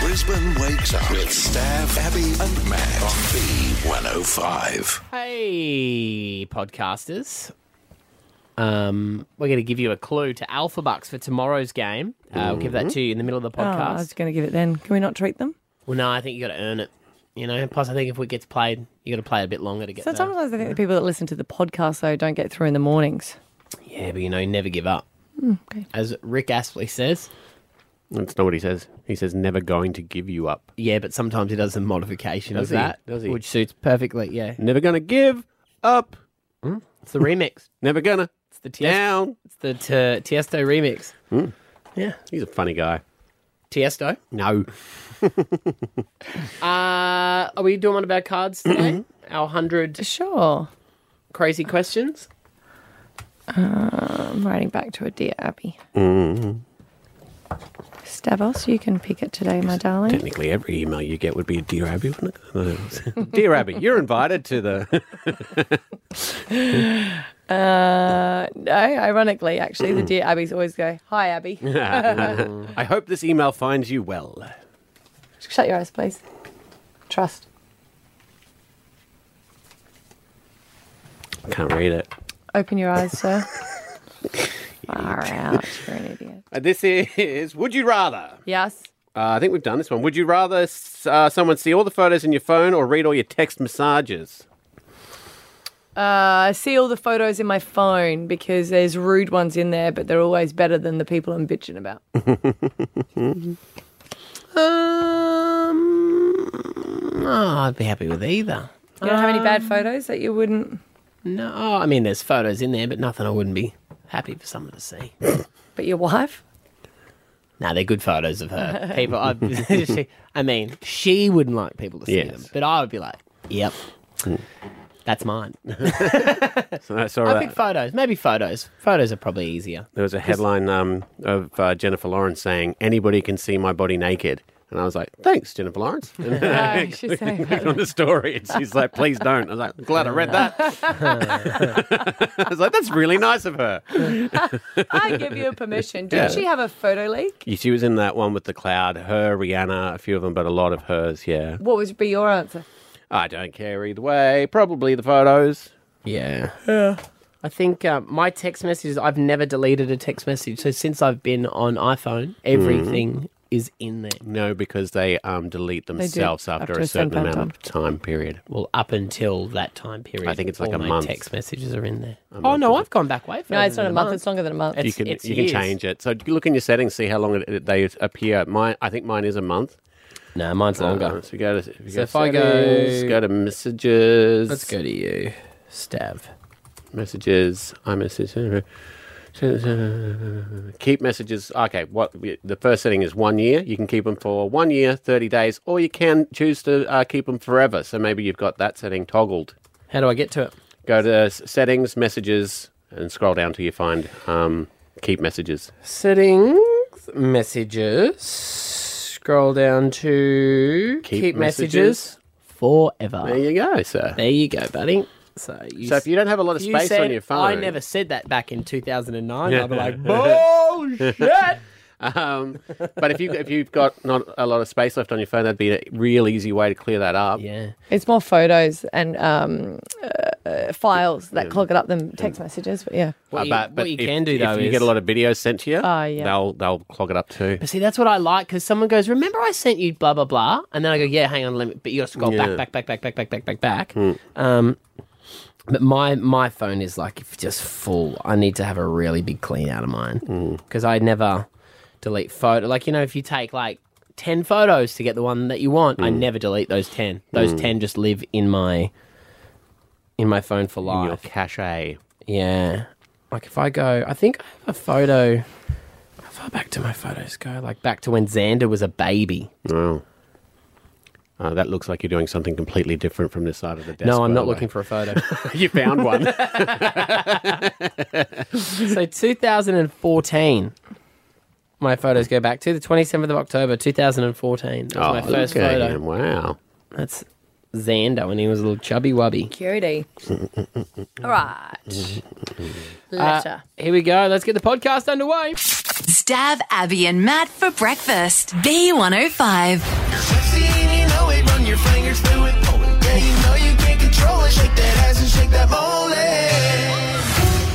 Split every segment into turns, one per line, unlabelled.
Brisbane wakes up with Stav, Abby, and Matt on B105.
Hey, podcasters. Um, we're going to give you a clue to Alpha Bucks for tomorrow's game. Uh, We'll give that to you in the middle of the
Oh, I was
podcast.
going to give it then. Can we not treat them?
well, no, I think you got to earn it. You know, plus I think if it gets played, you got to play it a bit longer to get.
So
there.
sometimes I think the people that listen to the podcast though don't get through in the mornings.
Yeah, but you know, never give up.
Mm, okay.
As Rick Astley says,
That's not what he says. He says never going to give you up.
yeah, but sometimes he does the modification
Does
of
he?
that,
Does he?
which suits perfectly. Yeah,
Never gonna give up.
it's the remix.
Never gonna
It's the Tiesto,
down.
it's the t- Tiesto remix. Yeah,
He's a funny guy.
Tiesto.
No.
Uh, are we doing one of our cards today? our hundred
Sure.
crazy questions.
I'm writing back to a dear Abby. Mm-hmm. Stavos, you can pick it today, my darling.
Technically, every email you get would be a dear Abby, wouldn't it? dear Abby, you're invited to the.
Uh, no, ironically, actually, the dear Abbies always go, "Hi, Abby."
I hope this email finds you well.
Shut your eyes, please. Trust.
I can't read it.
Open your eyes, sir. Far out, you're an idiot.
Uh, This is Would You Rather?
Yes.
Uh, I think we've done this one. Would you rather s- uh, someone see all the photos in your phone or read all your text massages?
Uh, I see all the photos in my phone because there's rude ones in there, but they're always better than the people I'm bitching about.
Um, oh, I'd be happy with either.
You don't have any bad photos that you wouldn't.
No, I mean, there's photos in there, but nothing I wouldn't be happy for someone to see.
But your wife?
No, they're good photos of her. People, I, she, I mean, she wouldn't like people to see
Yes.
them, but I would be like, yep, Hmm. that's mine.
So I saw
I
that.
pick photos, maybe photos. Photos are probably easier.
There was a headline um, of uh, Jennifer Lawrence saying, "Anybody can see my body naked," and I was like, "Thanks, Jennifer Lawrence." And I
No, she's saying
clicked on the story, and she's like, "Please don't." I was like, "Glad I read that." I was like, "That's really nice of her."
I give you permission. Didn't she have a photo leak?
Yeah, She was in that one with the cloud. Her, Rihanna, a few of them, but a lot of hers. Yeah,
What would be your answer?
I don't care either way. Probably the photos.
Yeah. Yeah. I think uh, my text messages, I've never deleted a text message. So since I've been on iPhone, everything
Hmm.
is in there.
No, because they um, delete themselves after,
after
a
a
certain
certain
amount of time period.
Well, up until that time period.
I think it's like
all
a
my
month.
text messages are in there. Oh, no, I've gone back way further.
No, it's not
than
a month. It's longer than a month.
It's-
you can
it's
you
years.
can change it. So you look in your settings, see how long it, it- they appear. Mine, I think mine is a month.
No, mine's longer.
Uh, so we go to if, we
So
go
if I go-
settings, go to messages.
Let's go to you, Stav.
messages. I message. Keep messages. Okay, what the first setting is one year. You can keep them for one year, thirty days, or you can choose to uh, keep them forever. So maybe you've got that setting toggled.
How do I get to it?
Go to s- settings, messages, and scroll down till you find um, keep messages.
Settings, messages. Scroll down to
Keep messages.
forever.
There you go, sir.
There you go, buddy. So, you
So if you don't have a lot of
You
space
said,
on your phone,
I never said that back in 2009. I'd be like, bullshit.
Um, but if you if you've got not a lot of space left on your phone, that'd be a real easy way to clear that up. Uh,
yeah.
It's more photos and um, uh, uh, files that clog it up than text messages. But yeah,
What you,
but
what you
if,
can do,
if
though,
you
is...
get a lot of videos sent to you,
Oh, yeah.
they'll they'll clog it up too.
But see, that's what I like, because someone goes, remember I sent you blah, blah, blah? And then I go, yeah, hang on, let me... But you got to scroll
Yeah. Hmm.
back, back, back, back, back, back, back, back, back. Um, but my, my phone is, like, just full. I need to have a really big clean out of mine.
Hmm.
Because I never delete photo... Like, you know, if you take, like, 10 photos to get the one that you want,
Hmm.
I never delete those 10. Those 10 just live in my... In my phone for life.
In your cache.
Yeah. Like if I go, I think I have a photo. How far back do my photos go? Like back to when Xander was a baby.
Wow. Uh, that looks like you're doing something completely different from this side of the desk.
no, I'm not looking for a photo.
for. you found one.
so 2014. My photos go back to the 27th of October 2014. That was my first
Oh, look at
photo.
him. Wow.
That's Xander when he was a little chubby wubby.
cutie. All right. Letter.
Here we go. Let's get the podcast underway.
oh Stav, Abby, and Matt for breakfast. B105.
fingers through it, pull it. Yeah, you know you can't control it. Shake that ass and shake that mole.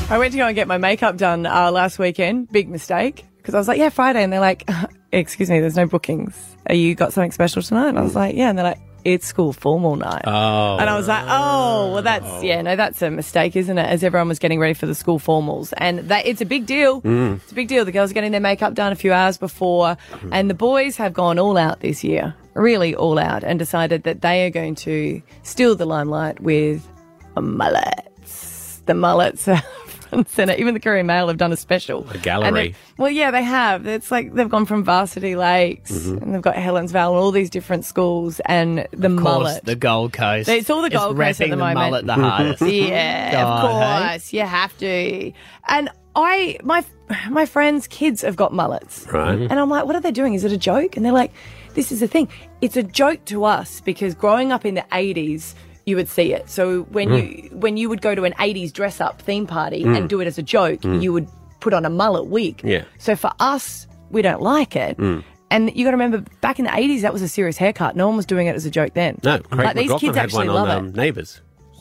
I went to go and get my makeup done uh, last weekend. Big mistake because I was like, yeah, Friday, and they're like, excuse me, there's no bookings. Are you got something special tonight? And I was like, yeah, and they're like, it's school formal night.
Oh.
And I was like, oh, well, that's, yeah, no, that's a mistake, isn't it? As everyone was getting ready for the school formals. And that it's a big deal.
Mm.
It's a big deal. The girls are getting their makeup done a few hours before. And the boys have gone all out this year, really all out, and decided that they are going to steal the limelight with mullets. The mullets are front and center. Even the Courier Mail have done a special. A
gallery.
well, yeah, they have. It's like they've gone from Varsity Lakes
Mm-hmm.
and they've got Helensvale and all these different schools and the
Of course,
mullet.
the Gold Coast.
It's all the
is
Gold Coast at
repping
the moment.
mullet the hardest.
Yeah,
God,
of
hey?
course, you have to. And I, my, my friends' kids have got mullets,
Right.
And I'm like, what are they doing? Is it a joke? And they're like, this is the thing. It's a joke to us because growing up in the '80s, you would see it. So when
Hmm.
you when you would go to an '80s dress up theme party and do it as a joke, you would put on a mullet wig.
Hmm. Yeah. Hmm.
So for us, we don't like it. And you got to remember, back in the '80s, that was a serious haircut. No one was doing it as a joke then.
No, Craig
like these
McLaughlin
kids
had
actually
one
love
on
it.
um, Neighbours.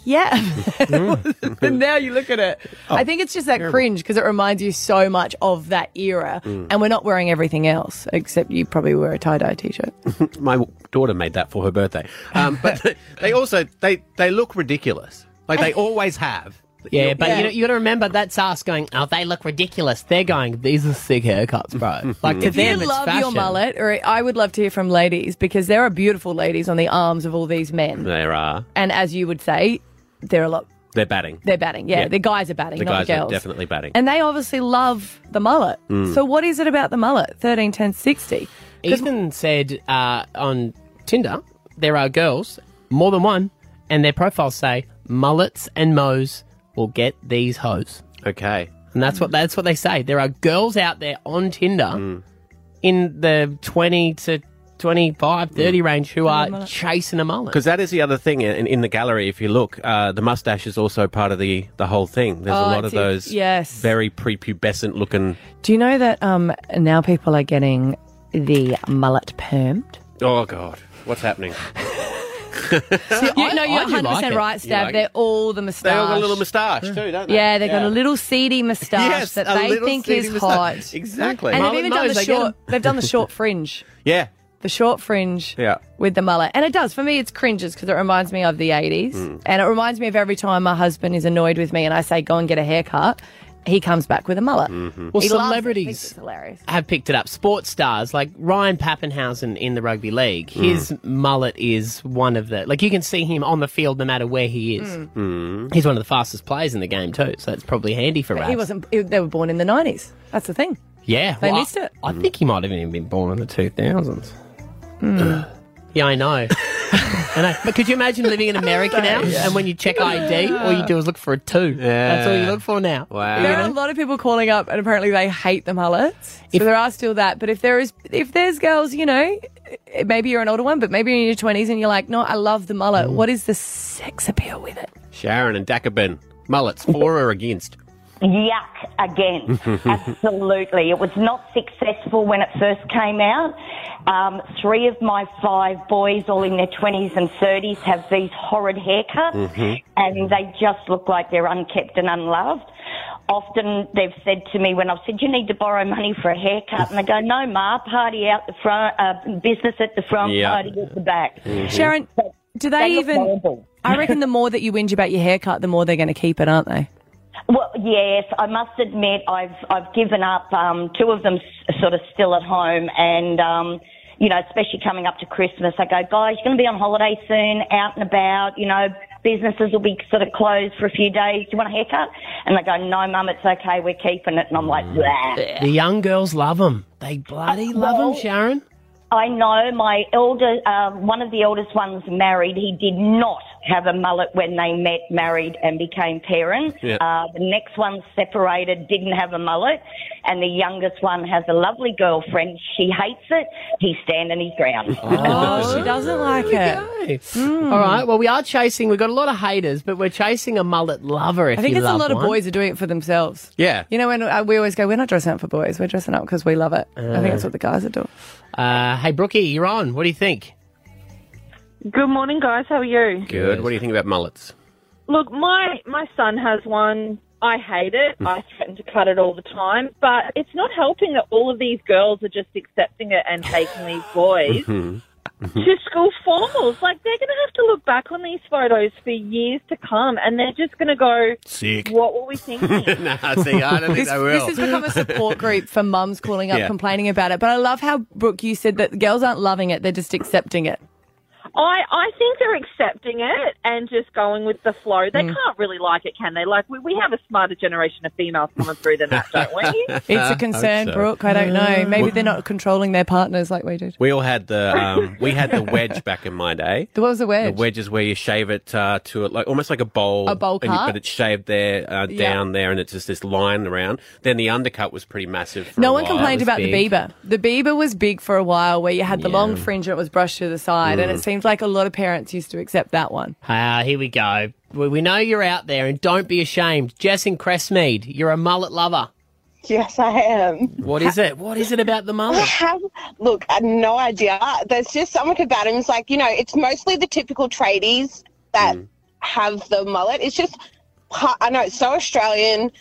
Yeah.
Mm.
and now you look at it.
Oh,
I think it's just that cringe because it reminds you so much of that era.
Mm.
And we're not wearing everything else, except you probably wear a tie dye t shirt.
My daughter made that for her birthday. Um, but they also they they look ridiculous, like they always have.
Yeah, but
Yeah.
you know, you got to remember that's us going. Oh, they look ridiculous. They're going. These are sick haircuts, bro. Like to
If you
them, it's
love your
fashion.
mullet, or I would love to hear from ladies because there are beautiful ladies on the arms of all these men.
There are
And as you would say, they're a lot.
they're batting.
They're batting. Yeah,
Yeah.
the guys are batting,
the
not
guys
the
are
girls.
definitely batting. Mm.
And they obviously love the mullet. So what is it about the mullet? 13, 10, 60.
Ethan said uh, on Tinder there are girls, more than one, and their profiles say mullets and mows will get these hoes,
okay,
and that's what that's what they say. There are girls out there on Tinder in the twenty to 25, 30 range who are chasing a mullet.
because that is the other thing in, in the gallery. If you look, uh, the mustache is also part of the the whole thing. There's
Oh,
a lot
it's-
of those
yes.
very prepubescent looking.
Do you know that um, now people are getting the mullet permed?
Oh God, what's happening?
You, no,
I
you're
do
100%
like it.
right, Stab.
like
They're
it?
all the moustache.
They all got a little moustache too, don't they?
Yeah, they've got a little seedy moustache
Yes,
that
a
they
little
think
seedy
is
moustache.
hot.
Exactly.
And
Mullet
they've even done
nose,
the
they get 'em.
short. They've done the short fringe.
Yeah,
The short fringe
Yeah.
with the mullet. And it does. For me, it's cringes because it reminds me of the 80s.
Hmm.
And it reminds me of every time my husband is annoyed with me and I say, go and get a haircut, he comes back with a mullet.
Mm-hmm.
well,
He loves it.
celebrities.
Thinks It's hilarious.
have picked it up. Sports stars like Ryan Pappenhausen in the rugby league, his mullet is one of the like you can see him on the field no matter where he is. He's one of the fastest players in the game too, so that's probably handy for us.
He wasn't. he- they were born in the 90s. That's the thing.
Yeah,
They
well,
missed
I,
it.
I think he might have even been born in the two thousands.
Hmm.
Yeah, I know. I know. But could you imagine living in America now? And when you check ID, all you do is look for a two. That's all you look for now.
Wow.
There are a lot of people calling up, and apparently they hate the mullets. so there are still that. But if there is, if there's girls, you know, eh, maybe you're an older one, but maybe you're in your twenties and you're like, no, I love the mullet. What is the sex appeal with it?
Sharon and Dakabin mullets for or against.
Yuck again. Absolutely. It was not successful when it first came out. Um, three of my five boys, all in their 20s and 30s, have these horrid haircuts and they just look like they're unkept and unloved. Often they've said to me when I've said, You need to borrow money for a haircut. And they go, No, Ma, party out the front, uh, business at the front,
Yeah.
party at the back.
Sharon, do they,
They look
even?
horrible.
I reckon the more that you whinge about your haircut, the more they're going to keep it, aren't they?
Well, yes, I must admit I've I've given up. Um, two of them s- sort of still at home, and um, you know, especially coming up to Christmas, I go, guys, you're going to be on holiday soon, out and about. You know, businesses will be sort of closed for a few days. Do you want a haircut? And they go, no, mum, it's okay, we're keeping it. And I'm like, Bleh.
The young girls love them. They bloody
Uh,
love them,
Well-
Sharon.
I know my elder, uh, one of the eldest ones married. He did not have a mullet when they met, married, and became parents.
Yeah.
Uh, the next one separated, didn't have a mullet, and the youngest one has a lovely girlfriend. She hates it. He's standing his ground.
Oh, she doesn't like it.
Okay.
Hmm.
All right. Well, we are chasing. We've got a lot of haters, but we're chasing a mullet lover. If
I think
you
it's a
love
lot of
one.
boys are doing it for themselves.
Yeah.
You know, when uh, we always go, we're not dressing up for boys, we're dressing up because we love it. I think that's what the guys are doing.
Uh, hey, Brookie, you're on. What do you think?
Good morning, guys. How are you?
Good. What do you think about mullets?
Look, my my son has one. I hate it. I threaten to cut it all the time, but it's not helping that all of these girls are just accepting it and taking these boys to school formals. Like they're going to have to look back on these photos for years to come, and they're just going to go,
Sick.
"What were we thinking?"
nah, see, I don't
This,
think
this
they will.
has become a support group for mums calling up
Yeah.
complaining about it. But I love how, Brooke, you said that the girls aren't loving it, they're just accepting it.
I, I think they're accepting it and just going with the flow. They can't really like it, can they? Like, we, we have a smarter generation of females coming through than that, don't we?
It's a concern,
Uh, so.
Brooke. I don't know. Maybe they're not controlling their partners like we did.
we all had the um, we had the wedge back in my day.
There was a
The
wedge.
wedge is where you shave it uh, to it, like almost like a bowl,
A bowl
and you-
cut?
but it's shaved there uh,
Yeah.
down there, and it's just this line around. Then the undercut was pretty massive. For a
No one
while.
complained
It was
about the
big.
Bieber. The Bieber was big for a while, where you had the long fringe and it was brushed to the side,
Mm.
and it seems like a lot of parents used to accept that one.
Ah, here we go. We, we know you're out there, and don't be ashamed. Jess in Crestmead, you're a mullet lover.
Yes, I am.
What is it? What is it about the mullet?
Have, look, I had no idea. There's just something about him. It's like, you know, it's mostly the typical tradies that have the mullet. It's just, pa- I know, it's so Australian.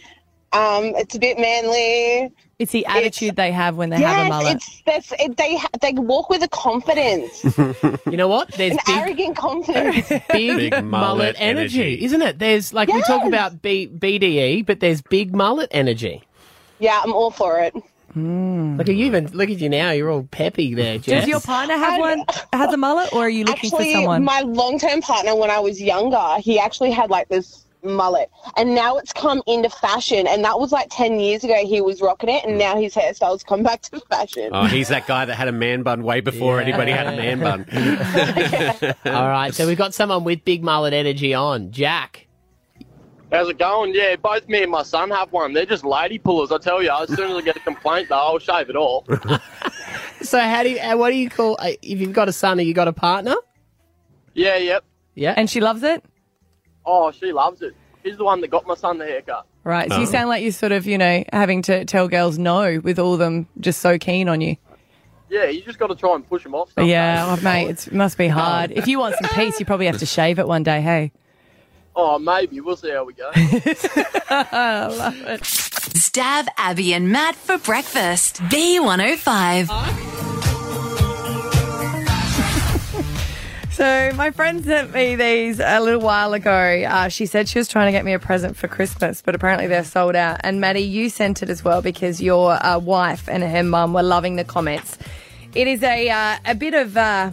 Um, it's a bit manly.
It's the attitude they have when they have a mullet.
yes, it's, that's, it, they, ha- they walk with a confidence,
You know what? There's
an
big,
arrogant confidence.
big,
Big mullet
mullet, energy,
energy.
isn't it? There's like we talk
Yes.
about B- BDE, but there's big mullet energy.
yeah, I'm all for it.
Look at you, even look at you now. You're all peppy there, Jess.
Does your partner have one? Has a mullet, or are you looking
actually,
for someone?
my long-term partner when I was younger, he actually had like this mullet, and now it's come into fashion. And that was like ten years ago. He was rocking it, and now his hairstyle's come back to fashion.
Oh, he's that guy that had a man bun way before anybody had a man bun.
All right, so we've got someone with big mullet energy on, Jack.
How's it going? Yeah, both me and my son have one. They're just lady pullers, I tell you. As soon as I get a complaint, though, I'll shave it all.
So how do you? uh, What do you call uh, if you've got a son? Have you got a partner?
Yeah, yep.
Yeah.
and she loves it,
Oh, she loves it. She's the one that got my son the haircut.
right? So you sound like you're sort of, you know, having to tell girls no with all them just so keen on you.
Yeah, you just got to try and push them off. sometimes.
Yeah, oh, mate, it must be hard. If you want some peace, you probably have to shave it one day. Hey,
Oh, maybe. We'll see how we go.
Stab Abby and Matt for breakfast. B105.
So my friend sent me these a little while ago. Uh, she said she was trying to get me a present for Christmas, but apparently they're sold out. And Maddie, you sent it as well because your uh, wife and her mum were loving the comments. It is a uh, a bit of. Uh,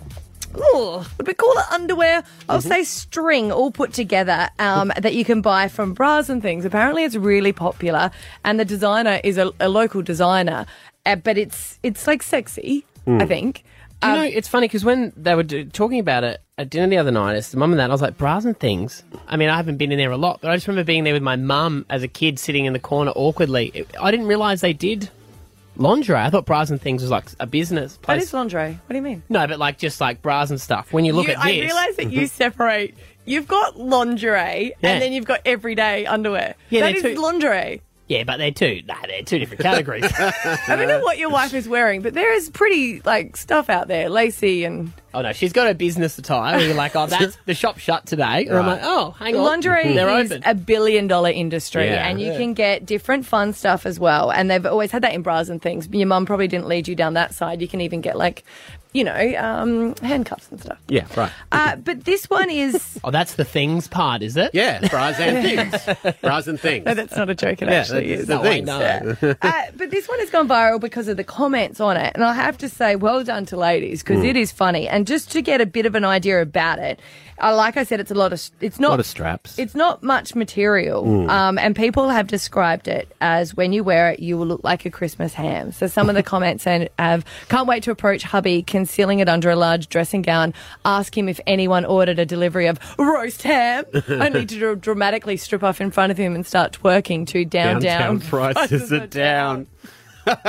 Ooh, would we call it underwear? I'll say string, all put together, um, that you can buy from bras and things. Apparently, it's really popular, and the designer is a, a local designer, uh, but it's it's like sexy, I think. Um,
Um,
you know, it's funny because when they were do- talking about it at dinner the other night, it's the mum and that, I was like, bras and things. I mean, I haven't been in there a lot, but I just remember being there with my mum as a kid sitting in the corner awkwardly. It- I didn't realise they did lingerie. I thought bras and things was like a business
That
place.
is lingerie. What do you mean?
no, but like just like bras and stuff. When you look
You-
at
I
this,
realise that you separate. You've got lingerie
Yeah.
and then you've got everyday underwear.
Yeah,
that is
they're two-
lingerie.
yeah, but they're two, nah, they're two different categories.
I don't know what your wife is wearing, but there is pretty like stuff out there, lacy and
oh no, she's got her business attire. Where you're like, oh, that's the shop shut today, and I'm
Right.
like, oh, hang on,
lingerie
they're
is
open.
a billion dollar industry,
Yeah.
and you can get different fun stuff as well. And they've always had that in bras and things. Your mum probably didn't lead you down that side. You can even get like, you know, um, handcuffs and stuff.
yeah, right.
Uh, but this one is.
oh, that's the things part, is it?
Yeah, bras and things. Bras and things.
No, that's not a joke. It
yeah,
actually
that's
is.
the
Oh, I
things.
know.
uh, but this one has gone viral because of the comments on it. And I have to say, well done to ladies
Hmm.
because it is funny. And just to get a bit of an idea about it, uh, like I said, it's a lot of, it's
A
not,
lot of straps. Hmm.
it's not much material. Um, and people have described it as when you wear it, you will look like a Christmas ham. So some of the comments and have, can't wait to approach hubby, concealing it under a large dressing gown. Ask him if anyone ordered a delivery of roast ham. I need to dr- dramatically strip off in front of him and start twerking to down,
Downtown
down.
prices are down.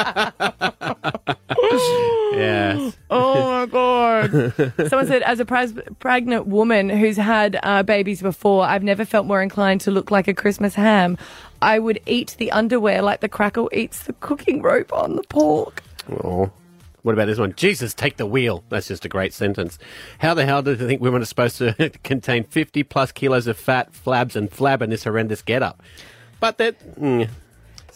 yes.
Oh my god! Someone said, as a pres- pregnant woman who's had uh, babies before, I've never felt more inclined to look like a Christmas ham. I would eat the underwear like the crackle eats the cooking rope on the pork.
What about this one? Jesus, take the wheel. That's just a great sentence. How the hell do they think women are supposed to contain 50 plus kilos of fat, flabs, and flab in this horrendous getup? But that. Mm,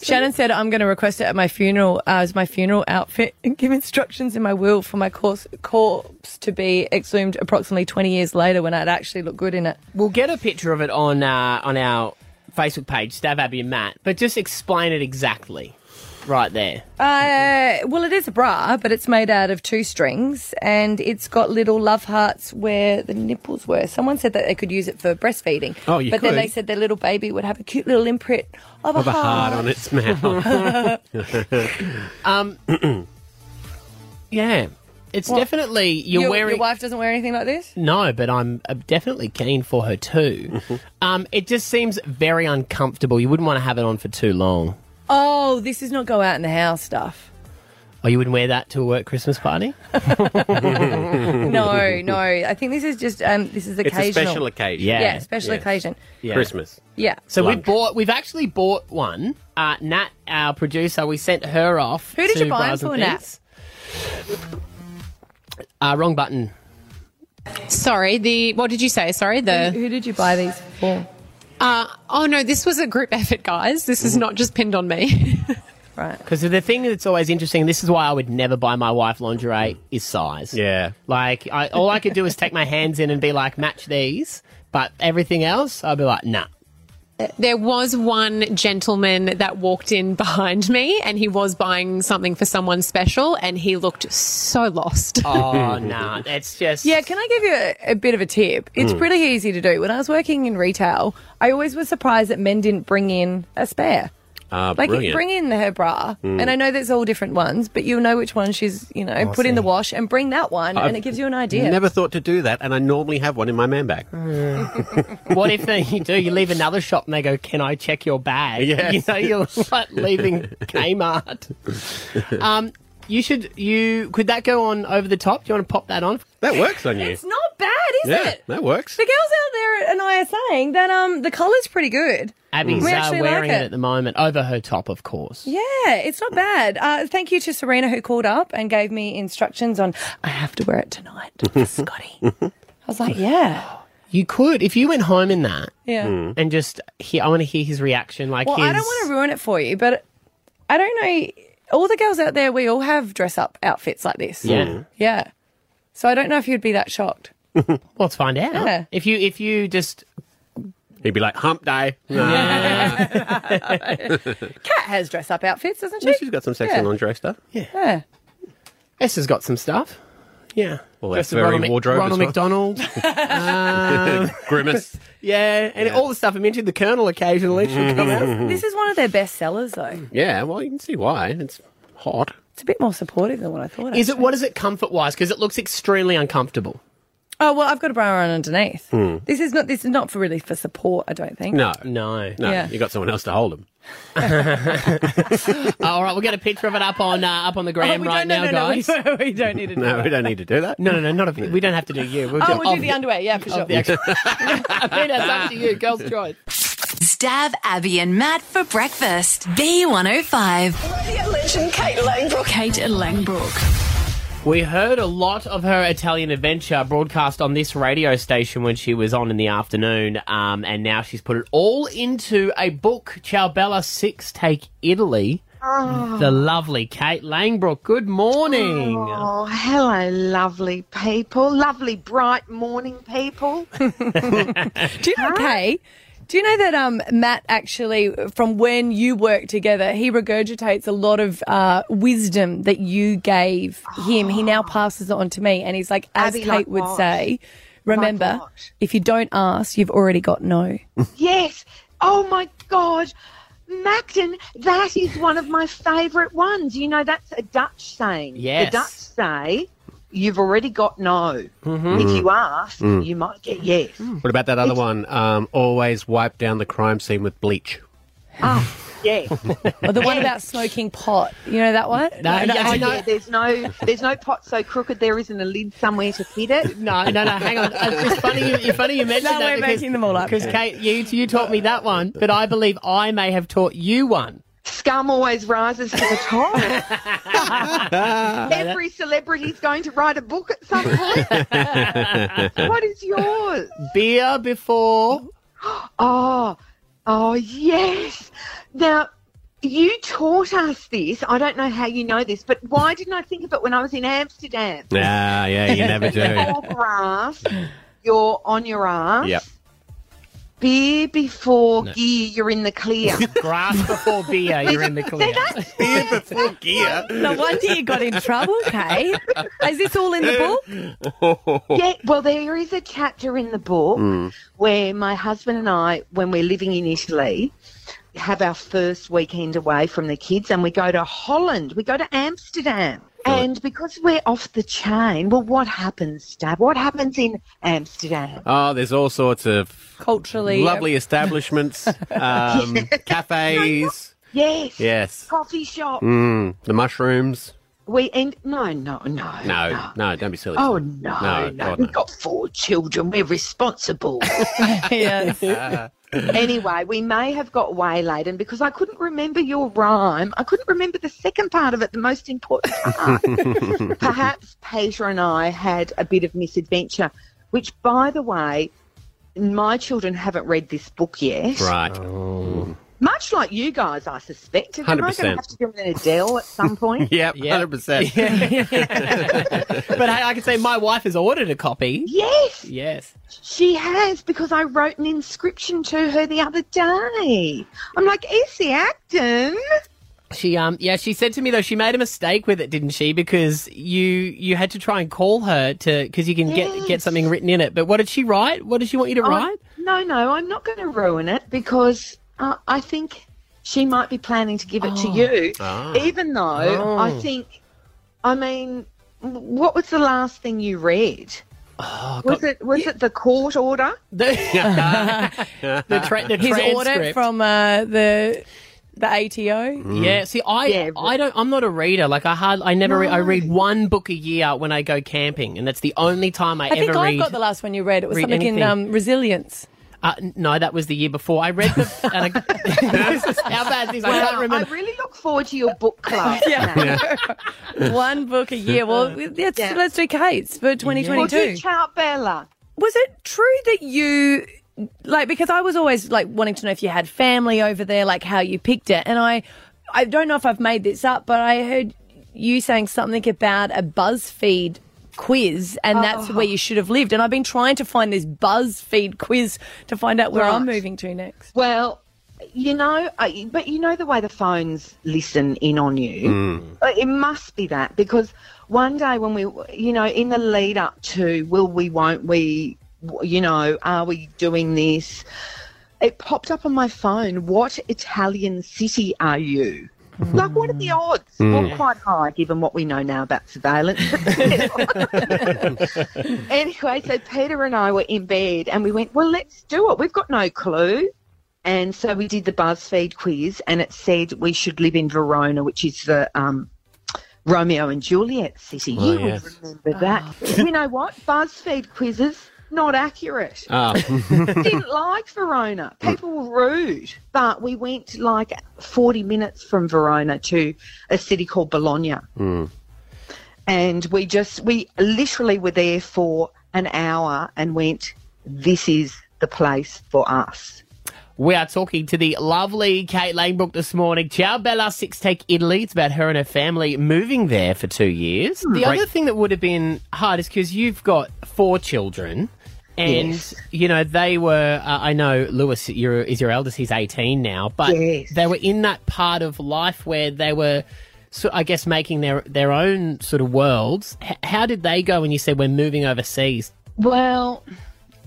Shannon said, I'm going to request it at my funeral uh, as my funeral outfit and give instructions in my will for my corpse, corpse to be exhumed approximately 20 years later when I'd actually look good in it.
We'll get a picture of it on uh, on our Facebook page, Stav Abby and Matt. But just explain it exactly, right there.
Uh, well, it is a bra, but it's made out of two strings and it's got little love hearts where the nipples were. Someone said that they could use it for breastfeeding.
Oh, you
But then
could.
they said their little baby would have a cute little imprint of a,
of a heart on its mouth.
Um, yeah, it's
What?
definitely you're
Your-
wearing.
Your wife doesn't wear anything like this?
No, but I'm uh, definitely keen for her too. um, it just seems very uncomfortable. You wouldn't want to have it on for too long.
Oh, this is not go out in the house stuff.
Or Oh, you wouldn't wear that to a work Christmas party?
No, no. I think this is just um, this is
It's a
occasional.
special occasion.
Yeah,
Yeah.
special
Yeah.
occasion.
Yeah.
Christmas.
Yeah.
So we bought. We've actually bought one. Uh, Nat, our producer, we sent her off.
Who did
to
you buy 'em
Bras and
for, Nat?
Things. Uh, wrong button.
Sorry, the what did you say? Sorry, the
who, did you buy these for?
Mm.
Uh, oh no, this was a group effort, guys. This
Mm-hmm.
is not just pinned on me.
Right.
Because the thing that's always interesting, this is why I would never buy my wife lingerie, is size.
Yeah.
Like, I, all I could do is take my hands in and be like, match these. But everything else, I'd be like, nah.
there was one gentleman that walked in behind me, and he was buying something for someone special, and he looked so lost.
Oh, nah. It's just.
Yeah, can I give you a, a bit of a tip? It's
Hmm.
Mm.
pretty easy to do. When I was working in retail, I always was surprised that men didn't bring in a spare.
Ah,
like
brilliant.
bring in her bra,
Mm.
and I know there's all different ones, but you'll know which one she's you know
I
put in
see.
the wash and bring that one,
I've
and it Mm. gives you an idea.
Never thought to do that, and I normally have one in my man bag.
what if they, you do? You leave another shop and they go, "Can I check your bag?"
Yes.
You know, you're like leaving Kmart. Um, you should. You could that go on over the top? Do you want to pop that on?
That works on you.
It's not bad, is
yeah,
it?
that works.
The girls out there and I are saying that um the colour's pretty good.
Abby's
We
uh,
actually
wearing
like
it.
it.
at the moment over her top, of course.
Yeah, it's not bad. Uh, thank you to Serena who called up and gave me instructions on. I have to wear it tonight, Scotty. I was like, yeah.
You could if you went home in that,
Yeah.
Hmm.
Mm.
and just hear. I want to hear his reaction. Like,
well,
his,
I don't want to ruin it for you, but I don't know. All the girls out there, we all have dress up outfits like this.
Yeah. Mm.
Yeah. So I don't know if you'd be that shocked.
Well, let's find out.
Yeah.
If you if you just
He'd be like, hump day.
Kat has dress up outfits, doesn't she?
Well, she's got some sexy
Yeah.
lingerie stuff.
Yeah.
Esther's got some stuff. Yeah.
All that
Just a
furry
Ronald Mc-
wardrobe.
Ronald
as well.
McDonald. Um,
Grimace.
Yeah, and all the stuff I mentioned, the Colonel occasionally should come out.
This is one of their best sellers, though.
Yeah, well, you can see why. It's hot.
It's a bit more supportive than what I thought.
Is it what is it comfort wise? Because it looks extremely uncomfortable.
Oh well, I've got a bra on underneath. This is not. This is not for really for support. I don't think.
No,
no,
no.
Yeah.
You got someone else to hold him.
all right, we'll get a picture of it up on uh, up on the gram
Oh, we
right now,
don't- no, no, no, we-
guys.
we, don't need to. do
No,
that.
we don't need to do that.
No, no, no, not a, we don't have to do you. We'll
Oh,
do,
we'll do
of
the underwear. Yeah, for sure.
the actual- I mean, that's up to you, girls' choice.
Stab Abby and Matt for breakfast. B105.
Radio legend Kate Langbrook. Kate Langbrook.
We heard a lot of her Italian adventure broadcast on this radio station when she was on in the afternoon, um, and now she's put it all into a book, Ciao Bella Six Take Italy. The lovely Kate Langbrook. Good morning.
Oh, hello, lovely people, lovely bright morning people.
Do you know, Kay? Do you know that um, Matt actually, from when you worked together, he regurgitates a lot of uh, wisdom that you gave him. He now passes it on to me, and he's like, as
Abby,
Kate
like
would
what?
say, remember, if you don't ask, you've already got no.
yes. Oh my God, Macton, that is one of my favourite ones. You know, that's a Dutch saying.
Yes.
The Dutch say, "You've already got no.
Mm-hmm.
Mhm.
If you ask,
Mm.
you might get yes."
What about that other one? Um, always wipe down the crime scene with bleach.
Yes.
Or the one about smoking pot. You know that one?
No, no, yeah, there's no, there's no pot so crooked there isn't a lid somewhere to fit it.
No, no, no. Hang on. It's just funny. You, it's funny you mentioned
No,
that
we're
because,
making them all up.
Because Kate, you you taught me that one, but I believe I may have taught you one.
scum always rises to the top. Every celebrity's going to write a book at some point. what is yours?
Beer before.
Oh, oh yes. Now you taught us this. I don't know how you know this, but why didn't I think of it when I was in Amsterdam?
Ah, yeah, you never do.
Your grass, you're on your ass.
yep.
Beer before
No.
gear, you're in the clear.
Grass before beer, you're in the clear.
beer before gear.
No wonder you got in trouble, Kate. Is this all in the book?
Oh,
yeah, well, there is a chapter in the book
Mm.
where my husband and I, when we're living in Italy, have our first weekend away from the kids and we go to Holland, we go to Amsterdam. And because we're off the chain, well, what happens, Dad? What happens in Amsterdam?
Oh, there's all sorts of
Culturally.
lovely establishments, um, cafes.
Yes.
Yes.
Coffee shop.
Mm, the mushrooms.
We end. No, no, no.
No, no, don't be silly.
Oh, no.
No,
No,
God,
We've got four children. We're responsible.
no.
anyway, we may have got waylaid, and because I couldn't remember your rhyme, I couldn't remember the second part of it, the most important part. Perhaps Peter and I had a bit of misadventure, which, by the way, my children haven't read this book yet.
Right.
Much like you guys, I suspect. Am I going to
100%.
have to do an Adele at some point?
Yep, 100%.
But hey, I can say my wife has ordered a copy.
Yes.
Yes.
She has because I wrote an inscription to her the other day. I'm like, Essie Acton.
She um yeah, she said to me though she made a mistake with it, didn't she? Because you you had to try and call her to cuz you can get get something written in it. But what did she write? What did she want you to
Oh, I-
write?
no, no, I'm not going to ruin it because uh, I think she might be planning to give it to
Oh.
you.
Ah.
Even though I
Oh.
think, I mean, w- what was the last thing you read?
Oh,
was it was it the court order?
The tra- the
His audit
transcript.
from uh, the the ATO.
Yeah, see I I don't I'm not a reader. Like I hard I never read I read one book a year when I go camping and that's the only time I,
I
ever
think I've
read
got the last one you read. It was
read
something in
anything.
um, resilience.
uh, n- no, that was the year before. I read the and I, This is how bad this I
Wow,
can't remember.
I really look forward to your book club.
One book a year. Well, let's,
Yeah.
let's do Kate's for
Well, do
2022.
Ciao Bella.
Was it true that you, like, because I was always, like, wanting to know if you had family over there, like, how you picked it. And I, I don't know if I've made this up, but I heard you saying something about a BuzzFeed quiz and that's
Oh.
where you should have lived. And I've been trying to find this BuzzFeed quiz to find out where I'm
Right.
moving to next.
Well, you know, I, but you know the way the phones listen in on you. Uh, It must be that because one day when we, you know, in the lead up to will we, won't we, w- you know, are we doing this? It popped up on my phone. What Italian city are you? Like, what are the odds?
Mm.
Well, quite high given what we know now about surveillance. anyway, so Peter and I were in bed and we went, well, let's do it. We've got no clue. And so we did the BuzzFeed quiz, and it said we should live in Verona, which is the um, Romeo and Juliet city.
Oh,
you
yes.
would remember that. Oh. you know what? BuzzFeed quizzes, not accurate. Didn't like Verona. People were rude. But we went like 40 minutes from Verona to a city called Bologna. And we just, we literally were there for an hour and went, this is the place for us.
We are talking to the lovely Kate Lanebrook this morning. Ciao Bella Six Take Italy. It's about her and her family moving there for two years. The
Hmm, Great.
other thing that would have been hard is because you've got four children. And
Yes.
you know they were. Uh, I know Lewis your, is your eldest. He's eighteen now, but they were in that part of life where they were, so, I guess, making their their own sort of worlds. H- how did they go when you said we're moving overseas?
Well,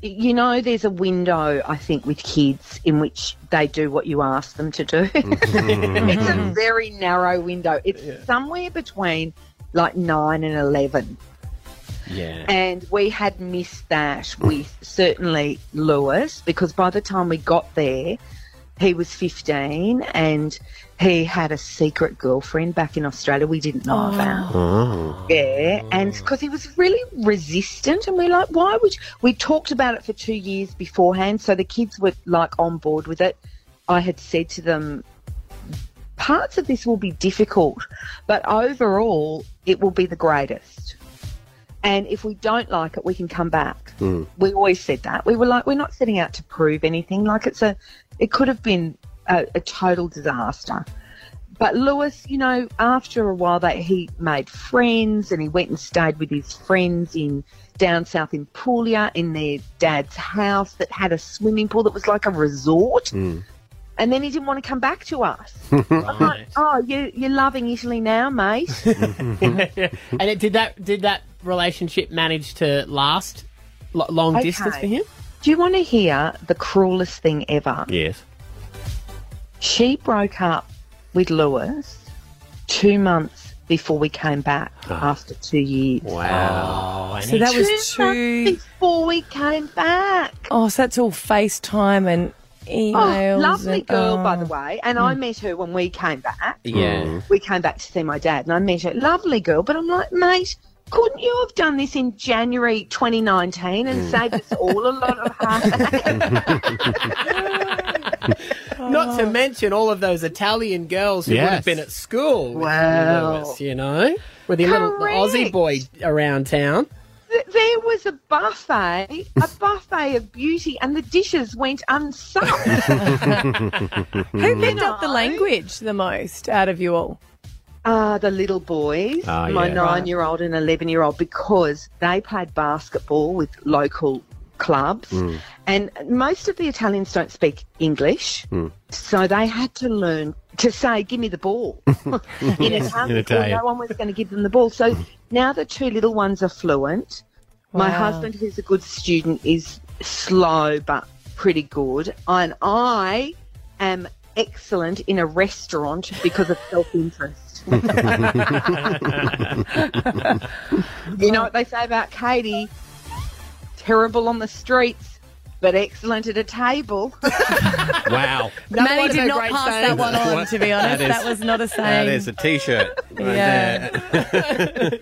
you know, there's a window, I think, with kids in which they do what you ask them to do. it's a very narrow window. It's somewhere between like 9 and 11.
Yeah.
And we had missed that with certainly Lewis because by the time we got there, he was 15 and he had a secret girlfriend back in Australia we didn't know about.
Oh,
Yeah, and because he was really resistant, and we're like, why would you? We talked about it for two years beforehand, so the kids were like on board with it. I had said to them, parts of this will be difficult, but overall, it will be the greatest. And if we don't like it, we can come back. We always said that. We were like, we're not setting out to prove anything. Like it's a, it could have been a, a total disaster. But Lewis, you know, after a while that he made friends and he went and stayed with his friends in down south in Puglia in their dad's house that had a swimming pool that was like a resort. And then he didn't want to come back to us.
Right.
Oh, you, you're loving Italy now, mate.
and it, did that did that relationship manage to last lo- long
Okay.
distance for him?
Do you want to hear the cruelest thing ever?
Yes.
She broke up with Lewis two months before we came back after two years.
Oh,
Wow.
So that was two.
two
before we came back.
Oh, so that's all FaceTime and emails.
Oh, lovely
and-
girl, by
oh.
the way. And I met her when we came back.
Yeah. Mm.
We came back to see my dad, and I met her. Lovely girl, but I'm like, mate, couldn't you have done this in January 2019 and saved us all a lot of
Not to mention all of those Italian girls who would
Yes.
have been at school. with
Wow.
Lewis, you know, with your little Aussie boy around town.
Th- there was a buffet, a buffet of beauty, and the dishes went unsung.
Who
Hmm.
picked up the language the most out of you all?
Ah, the little boys,
Ah,
Oh,
my
yeah.
nine-year-old and eleven-year-old, because they played basketball with local clubs,
Hmm.
and most of the Italians don't speak English,
Hmm.
so they had to learn to say, "Give me the ball." in Italian,
In Italian. Hmm.
no one was going to give them the ball. So now the two little ones are fluent. My
Wow.
husband, who's a good student, is slow but pretty good, and I am excellent in a restaurant because of self-interest. You know what they say about Katie? Terrible on the streets, but excellent at a table.
Wow.
Another
Manny
one of
did
her
not
great
pass
sayings.
that one on, to be honest.
That
That,
is-
was not a
That
saying.
is a T-shirt. Right
Yeah.
there.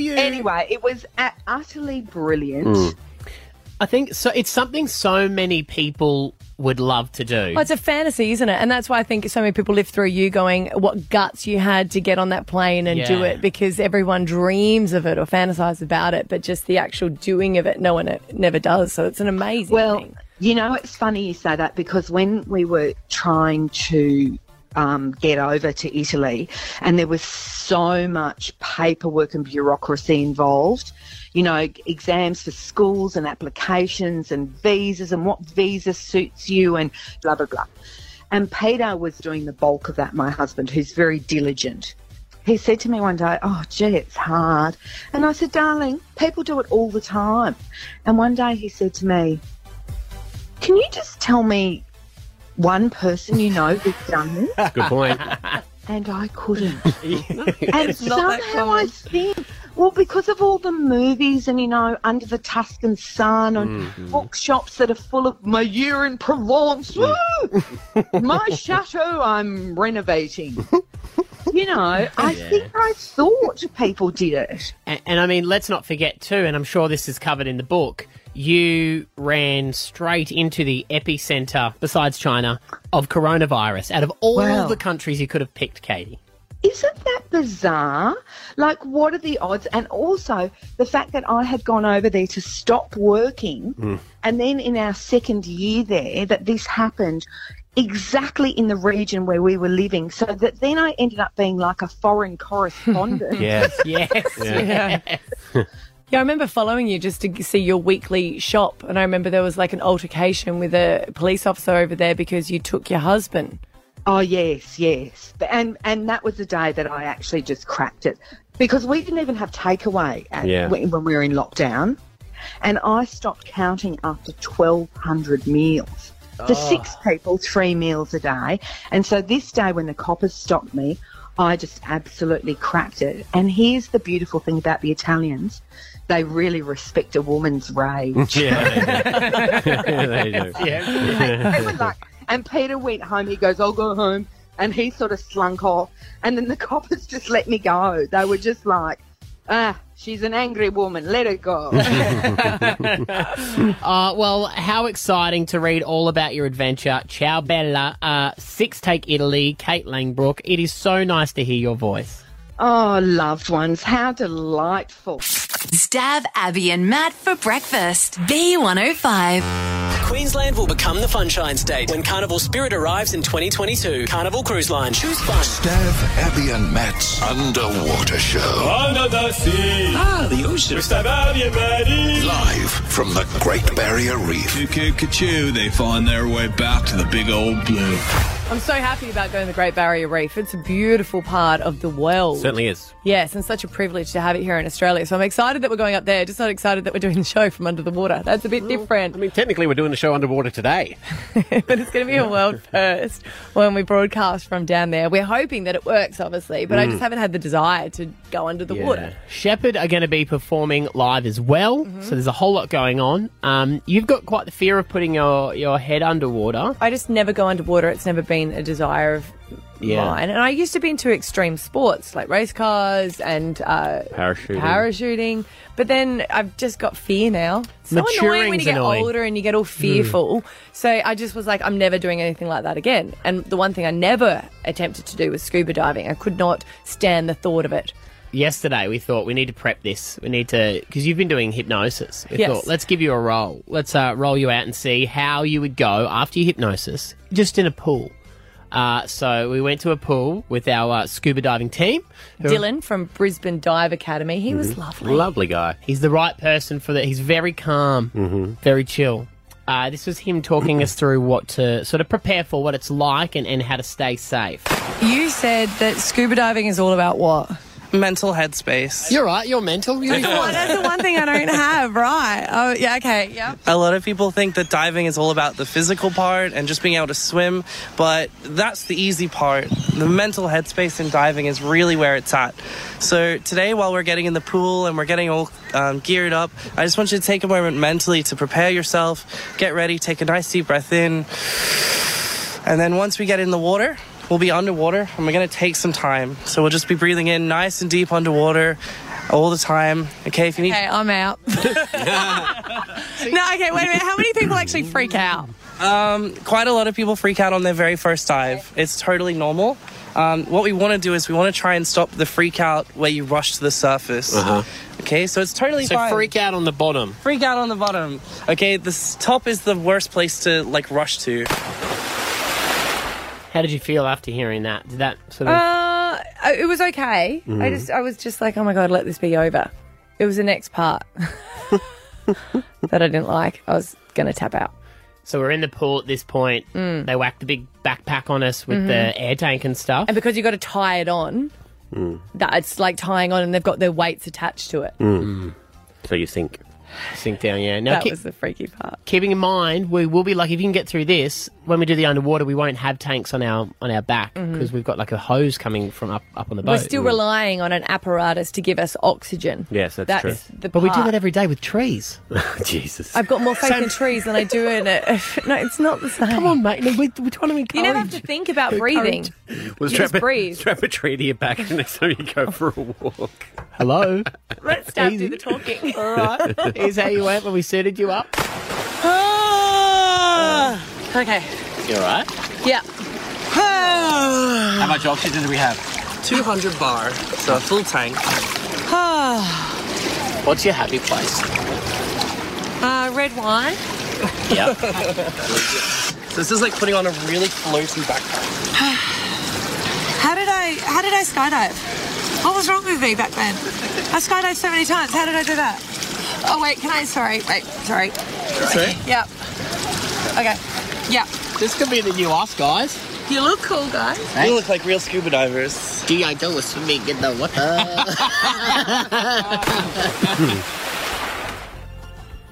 you?
Anyway, it was a- utterly brilliant.
Mm.
I think so. It's something so many people would love to do.
Oh, it's a fantasy, isn't it? And that's why I think so many people live through you going, what guts you had to get on that plane and do
Yeah.
it because everyone dreams of it or fantasizes about it, but just the actual doing of it, no one e- never does. So it's an amazing
Well,
thing.
you know, it's funny you say that because when we were trying to um, get over to Italy, and there was so much paperwork and bureaucracy involved, you know, exams for schools and applications and visas and what visa suits you and blah, blah, blah. And Peter was doing the bulk of that, my husband, who's very diligent. He said to me one day, Oh, gee, it's hard. And I said, Darling, people do it all the time. And one day he said to me, Can you just tell me one person you know who's done this?
Good point.
And I couldn't. and
it's not that
somehow I think, well, because of all the movies and, you know, Under the Tuscan Sun and
Mhm.
bookshops that are full of my year in Provence,
Mm.
woo! my chateau I'm renovating. You know, I
Yeah.
think I thought people did it.
And, and I mean, let's not forget too, and I'm sure this is covered in the book. You ran straight into the epicenter, besides China, of coronavirus. Out of all
Wow.
the countries you could have picked, Katie.
Isn't that bizarre? Like, what are the odds? And also, the fact that I had gone over there to stop working, and then in our second year there, that this happened exactly in the region where we were living. So that then I ended up being like a foreign correspondent.
Yes.
yes.
Yeah. Yeah, I remember following you just to g- see your weekly shop. And I remember there was like an altercation with a police officer over there because you took your husband.
Oh yes, yes, But- and and that was the day that I actually just cracked it because we didn't even have takeaway at,
Yeah.
when, when we were in lockdown, and I stopped counting after twelve hundred meals for
Oh.
six people, three meals a day, and so this day when the coppers stopped me, I just absolutely cracked it. And here's the beautiful thing about the Italians. They really respect a woman's rage. They were like- and Peter went home. He goes, I'll go home. And he sort of slunk off. And then the coppers just let me go. They were just like, Ah, she's an angry woman. Let her go.
uh, well, how exciting to read all about your adventure. Ciao Bella, uh, Six Take Italy, Kate Langbrook. It is so nice to hear your voice.
oh, loved ones, how delightful.
Stab Abby and Matt for breakfast. B105.
Queensland will become the Funshine State when Carnival Spirit arrives in 2022. Carnival Cruise Line. Choose fun.
Stav, Abby, and Matt's Underwater Show.
Under the sea. Ah, the ocean.
Live from the Great Barrier Reef.
Cuckoo, they find their way back to the big old blue.
I'm so happy about going to the Great Barrier Reef. It's a beautiful part of the world.
Certainly is.
Yes, and such a privilege to have it here in Australia. So I'm excited that we're going up there, just not excited that we're doing the show from under the water. That's a bit different. I mean,
Technically, we're doing the show underwater today.
but it's going to be a world first when we broadcast from down there. We're hoping that it works, obviously, but I
Mm.
just haven't had the desire to go under the water.
Shepherd are going to be performing live as well,
Mm-hmm.
so there's a whole lot going on. Um, you've got quite the fear of putting your, your head underwater.
I just never go underwater. It's never been a desire of
Yeah.
mine. And I used to be into extreme sports like race cars and uh,
Parachuting.
parachuting. But then I've just got fear now. It's so annoying when
Maturing's
you get
annoying. Mm.
older and you get all fearful. So I just was like, I'm never doing anything like that again. And the one thing I never attempted to do was scuba diving. I could not stand the thought of it.
Yesterday, we thought we need to prep this. We need to, because you've been doing hypnosis. We
Yes.
thought, let's give you a roll. Let's uh, roll you out and see how you would go after your hypnosis, just in a pool. Uh, so we went to a pool with our uh, scuba diving team. who-
Dylan from Brisbane Dive Academy, he was
Mm-hmm.
lovely.
Lovely guy.
He's the right person for that. He's very calm, very chill. Uh, this was him talking us through what to sort of prepare for, what it's like, and, and how to stay safe.
You said that scuba diving is all about what?
Mental headspace.
You're right. You're mental. You're
That's the one thing I don't have, right? Oh, yeah, okay, yeah.
A lot of people think that diving is all about the physical part and just being able to swim, but that's the easy part. The mental headspace in diving is really where it's at. So today, while we're getting in the pool and we're getting all um, geared up, I just want you to take a moment mentally to prepare yourself, get ready, take a nice deep breath in, and then once we get in the water, we'll be underwater and we're gonna take some time. So we'll just be breathing in nice and deep underwater all the time. Okay, if you need.
Okay, I'm out. no, okay, wait a minute. How many people actually freak out?
Um, quite a lot of people freak out on their very first dive. It's totally normal. Um, what we want to do is we want to try and stop the freak out where you rush to the surface.
Uh-huh.
Okay, so it's totally
So
fine.
freak out on the bottom.
Freak out on the bottom. Okay, this top is the worst place to like rush to.
How did you feel after hearing that? Did that sort of.
Uh, it was okay. I
Mm.
just, I was just like, oh my god, let this be over. It was the next part that I didn't like. I was gonna tap out.
So we're in the pool at this point. They whacked the big backpack on us with
Mhm.
the air tank and stuff.
And because you got to tie it on,
Mm.
that it's like tying on, and they've got their weights attached to it.
So you sink.
Sink down, yeah. Now,
that
keep-
was the freaky part.
keeping in mind, we will be like, if you can get through this, when we do the underwater, we won't have tanks on our on our back
Mhm.
because we've got like a hose coming from up up on the boat.
We're still relying on an apparatus to give us oxygen.
mm. Yes,
that's That's true. the
but we do
part.
that every day with trees. Jesus.
I've got more faith in trees than I do in it. no, it's not the same. Come
on, mate. No, we, we're trying to encourage.
You never have to think about breathing.
We'll
You
strap
just
a,
breathe.
strap a tree to your back the next time you go for a walk.
Hello.
Let's stab do the talking.
All right. Here's how you went when we suited you up. Ah!
okay.
You all right?
Yeah.
Ah.
How much oxygen do we have?
200 bar, so a full tank.
Ah.
What's your happy place?
Uh, red wine.
Yeah. so this is like putting on a really floaty backpack.
how did I? How did I skydive? What was wrong with me back then? I skydived so many times. How did I do that? Oh wait, can I? Sorry, wait, sorry.
Sorry?
Yep. Okay. Yep.
This could be the new us, guys.
You look cool, guys.
You look like real scuba divers.
Do I go swimming in the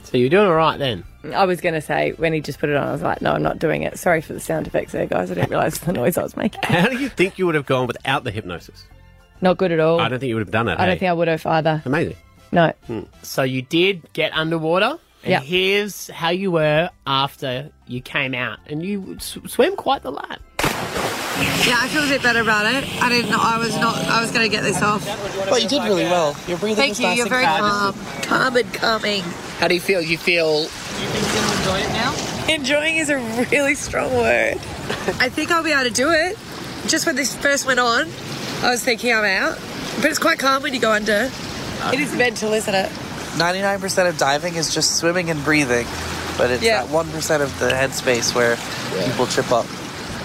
So you're doing all right then.
I was going to say when he just put it on, I was like, no, I'm not doing it. Sorry for the sound effects there, guys. I didn't realise the noise I was making.
How do you think you would have gone without the hypnosis?
Not good at all.
I don't think you would have done it.
I don't
hey?
think I would have either.
Amazing.
No.
So you did get underwater, and
Yeah.
here's how you were after you came out, and you s- swam quite the lap.
Yeah, I feel a bit better about it. I didn't. I was not. I was going to get this off.
But you did really well. You're breathing
Thank
is
you.
nice
You're
and
very calm,
calm.
calm and calming.
How do you feel? You feel
Enjoying is a really strong word. I think I'll be able to do it. Just when this first went on, I was thinking I'm out, but it's quite calm when you go under. It is mental, isn't it?
99% of diving is just swimming and breathing, but it's
Yeah.
that 1% of the headspace where people trip up.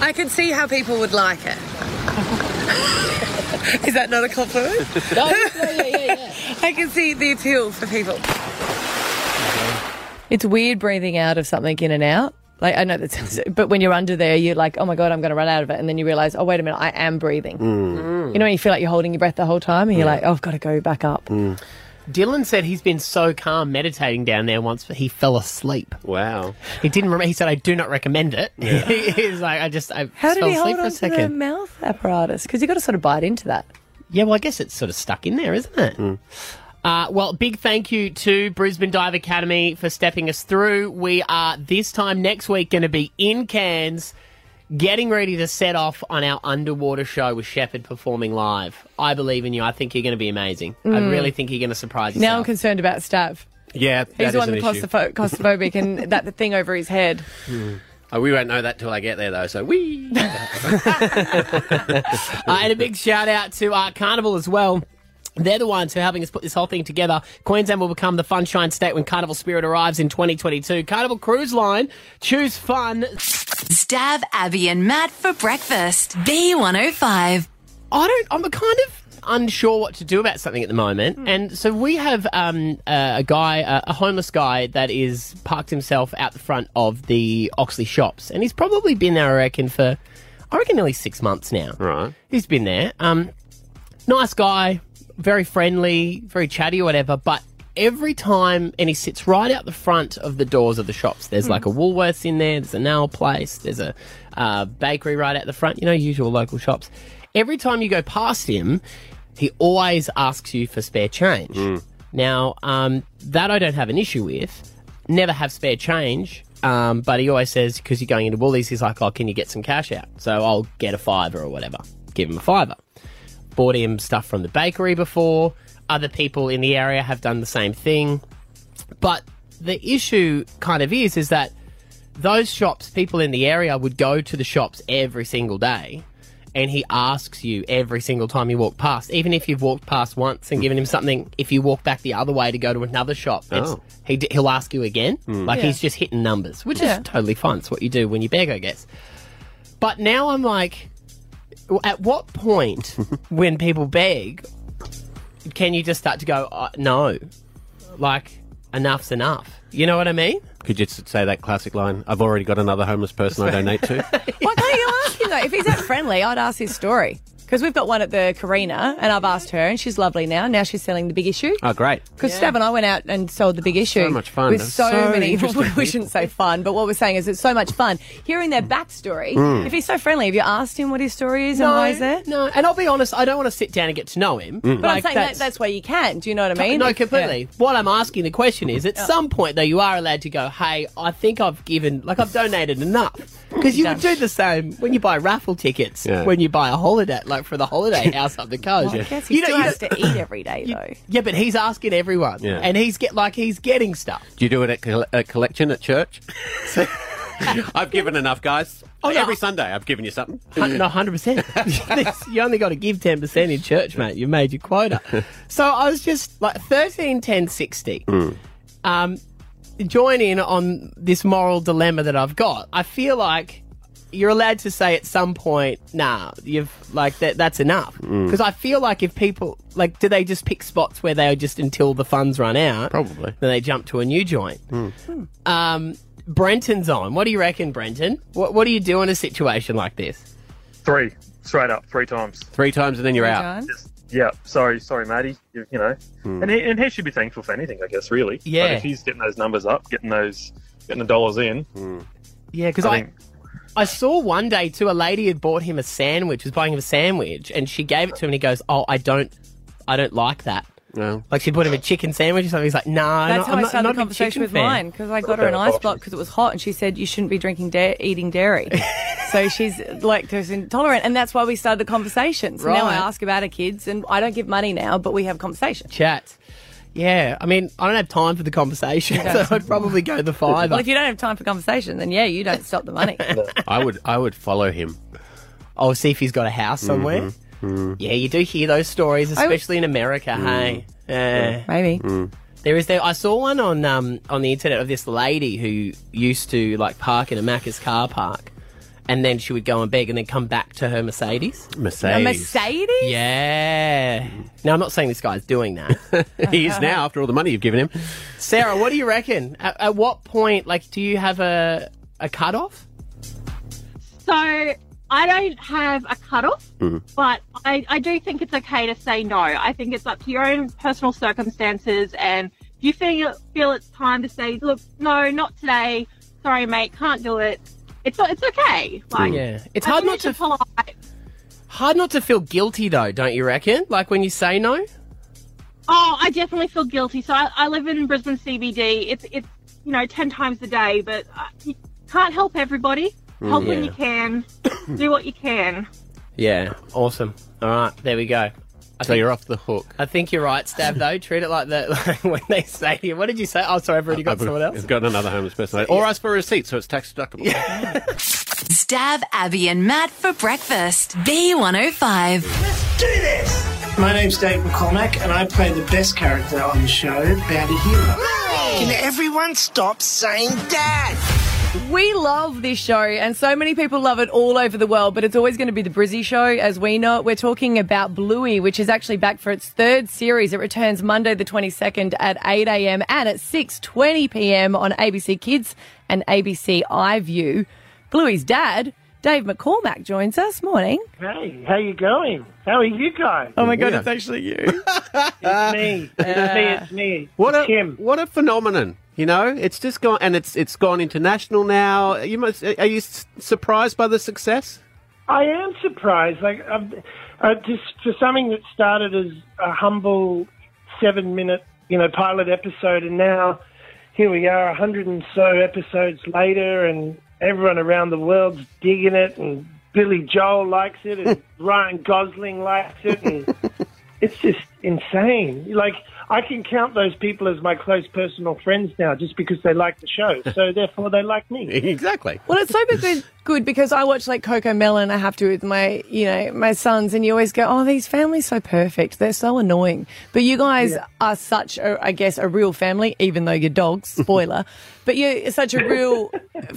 I can see how people would like it. Is that not a compliment?
No,
yeah, yeah, yeah. I can see the appeal for people.
It's weird breathing out of something in and out. Like I know that sounds, but when you're under there, you're like, oh my god, I'm going to run out of it, and then you realize, oh wait a minute, I am breathing. You know, when you feel like you're holding your breath the whole time, and you're
Yeah.
like, oh, I've got to go back up.
Dylan said he's been so calm meditating down there once, but he fell asleep. Wow. He didn't remember. He said, I do not recommend it. He He's like, I just, I
How did
fell
he
asleep
hold
for a
on to the
second.
mouth apparatus? Because you got to sort of bite into that.
Yeah, well, I guess it's sort of stuck in there, isn't it?
Mm.
Uh, well, big thank you to Brisbane Dive Academy for stepping us through. We are this time next week going to be in Cairns, getting ready to set off on our underwater show with Shepard performing live. I believe in you. I think you're going to be amazing. I
Mm.
really think you're going to surprise
Now I'm
yourself.
concerned about Stav.
Yeah,
He's
that
the
is
one
an
with
issue.
claustropho- claustrophobic, and that the thing over his head.
Oh, we won't know that till I get there, though. So we.
uh, and a big shout out to uh, Carnival as well. They're the ones who are helping us put this whole thing together. Queensland will become the Funshine State when Carnival Spirit arrives in 2022. Carnival Cruise Line, choose fun.
Stab Abby and Matt for breakfast. B105.
I don't. I'm a kind of unsure what to do about something at the moment, and so we have um, uh, a guy, uh, a homeless guy, that is parked himself out the front of the Oxley shops, and he's probably been there, I reckon, for I reckon nearly six months now. Right, he's been there. Um, nice guy, very friendly, very chatty, or whatever. But every time, and he sits right out the front of the doors of the shops. There's
Hmm.
like a Woolworths in there. There's a nail place. There's a uh, bakery right out the front. You know, usual local shops. Every time you go past him, he always asks you for spare change. Now, um, that I don't have an issue with. Never have spare change. Um, but he always says, because you're going into Woolies, he's like, oh, can you get some cash out? So I'll get a fiver or whatever. Give him a fiver bought him stuff from the bakery before. Other people in the area have done the same thing. But the issue kind of is is that those shops, people in the area would go to the shops every single day. And he asks you every single time you walk past, even if you've walked past once and given him something. If you walk back the other way to go to another shop, it's,
Oh.
he d- he'll ask you again.
Mm.
Like
Yeah.
he's just hitting numbers, which
Yeah.
is totally fine. It's what you do when you beg, I guess. But now I'm like, at what point, when people beg, can you just start to go, uh, no? Like, enough's enough. You know what I mean?
Could you just say that classic line? I've already got another homeless person I donate to.
Why can't you ask him though? If he's that friendly, I'd ask his story. Because we've got one at the Carina, and I've asked her, and she's lovely now. Now she's selling the big issue.
Oh, great.
Because Stab and I went out and sold the big issue.
much fun.
With
That's
so,
so
many,
interesting
we shouldn't say fun, but what we're saying is it's so much fun. Hearing their backstory,
Mm.
if he's so friendly, have you asked him what his story is and why he's there?
No, and I'll be honest, I don't want to sit down and get to know him.
But I'm saying that, that's where you can. Do you know what I mean?
No,
If- yeah.
completely. What I'm asking the question is, at
Yeah.
some point though, you are allowed to go, "Hey, I think I've given, like, I've donated enough." Because you would do the same when you buy raffle tickets,
Yeah.
when you buy a holiday, like for the holiday house up the coast.
Well, I guess he still has to eat every day, though.
Yeah, but he's asking everyone,
Yeah.
and he's get like he's getting stuff.
Do you do it at coll- a collection at church? I've given enough, guys.
Oh, no.
Every Sunday, I've given you something.
Hun- No, hundred percent. You only got to give ten percent in church, mate. You made your quota. So I was just like thirteen, ten, sixty. Um, join in on this moral dilemma that I've got. I feel like you're allowed to say at some point, "Nah, you've like that. That's enough."
Mm.
Because I feel like if people like, do they just pick spots where they are just until the funds run out? Probably. Then they jump to a new joint. Um, Brenton's on. What do you reckon, Brenton? What What do you do in a situation like this?
Three, straight up, three times.
Three times and then you're out.
Just- yeah, sorry, sorry, Matty. You, you know,
Hmm.
and he, and he should be thankful for anything, I guess. Really, Like,
Yeah.
if he's getting those numbers up, getting those, getting the dollars in.
Yeah, because I, I saw one day too. A lady had bought him a sandwich. Was buying him a sandwich, and she gave it to him, and he goes, "Oh, I don't, I don't like that."
No.
Like she bought him a chicken sandwich or something. He's like, "No, nah,
That's
I'm not,
how I
I'm
started
not
the conversation with mine because I got
Okay,
her an ice
options.
block because it was hot, and she said you shouldn't be drinking da- eating dairy. so she's lactose intolerant, and that's why we started the conversation. So now I
Right.
ask about her kids, and I don't give money now, but we have conversations.
Chat. Yeah, I mean, I don't have time for the conversation, so I'd probably go the fiver.
Well, if you don't have time for conversation, then yeah, you don't stop the money.
I would I would follow him.
I'll see if he's got a house somewhere. Yeah, you do hear those stories,
I w-
especially in America. Hey, Mm. Yeah.
maybe.
There is there. I saw one on um on the internet of this lady who used to like park in a Macca's car park, and then she would go and beg, and then come back to her Mercedes.
A
Mercedes.
Mercedes?
Yeah. Now I'm not saying this guy's doing that.
he is now after all the money you've given him.
Sarah, what do you reckon? At, at what point, like, do you have a a cutoff?
So I don't have a cutoff, but I, I do think it's okay to say no. I think it's up to your own personal circumstances, and if you feel feel it's time to say, look, no, not today. Sorry, mate, can't do it. It's it's okay. Like,
Yeah. It's
I
hard
think
not to
it's polite.
hard not to feel guilty though, don't you reckon? Like when you say no.
Oh, I definitely feel guilty. So I, I live in Brisbane CBD. It's it's you know ten times a day, but uh, you can't help everybody.
Mm.
Help when
Yeah.
you can. do what you can.
Yeah, awesome. All right, there we go. I so you're off the hook. I think you're right, Stab. Though treat it like that like when they say to you. What did you say? Oh, sorry, I've already got someone else.
I've got another homeless person. Or ask for a receipt, so it's tax deductible.
Stab Abby and Matt for breakfast. B105.
Do this! My name's Dave McCormack, and I play the best character on the show, Bounty Hero. Can everyone stop saying dad?
We love this show, and so many people love it all over the world, but it's always going to be the Brizzy show, as we know it. We're talking about Bluey, which is actually back for its third series. It returns Monday the 22nd at 8am and at 6.20pm on ABC Kids and ABC iView. Bluey's dad, Dave McCormack, joins us. Morning.
Hey, how you going? How are you guys?
Oh my God, it's actually you.
it's me. It's me, it's me.
What a what a phenomenon! You know, it's just gone and it's it's gone international now. You must are you s- surprised by the success?
I am surprised. Like, I've, I just for something that started as a humble seven-minute, you know, pilot episode, and now here we are, a hundred and so episodes later, and everyone around the world's digging it, and Billy Joel likes it, and Ryan Gosling likes it, and it's just insane. Like, I can count those people as my close personal friends now, just because they like the show, so therefore they like me.
Exactly.
Well, it's so good, good because I watch like Coco Melon. I have to with my, you know, my sons, and you always go, "Oh, these families so perfect. They're so annoying." But you guys
Yeah.
are such, a, I guess, a real family, even though your dogs. Spoiler, but you're such a real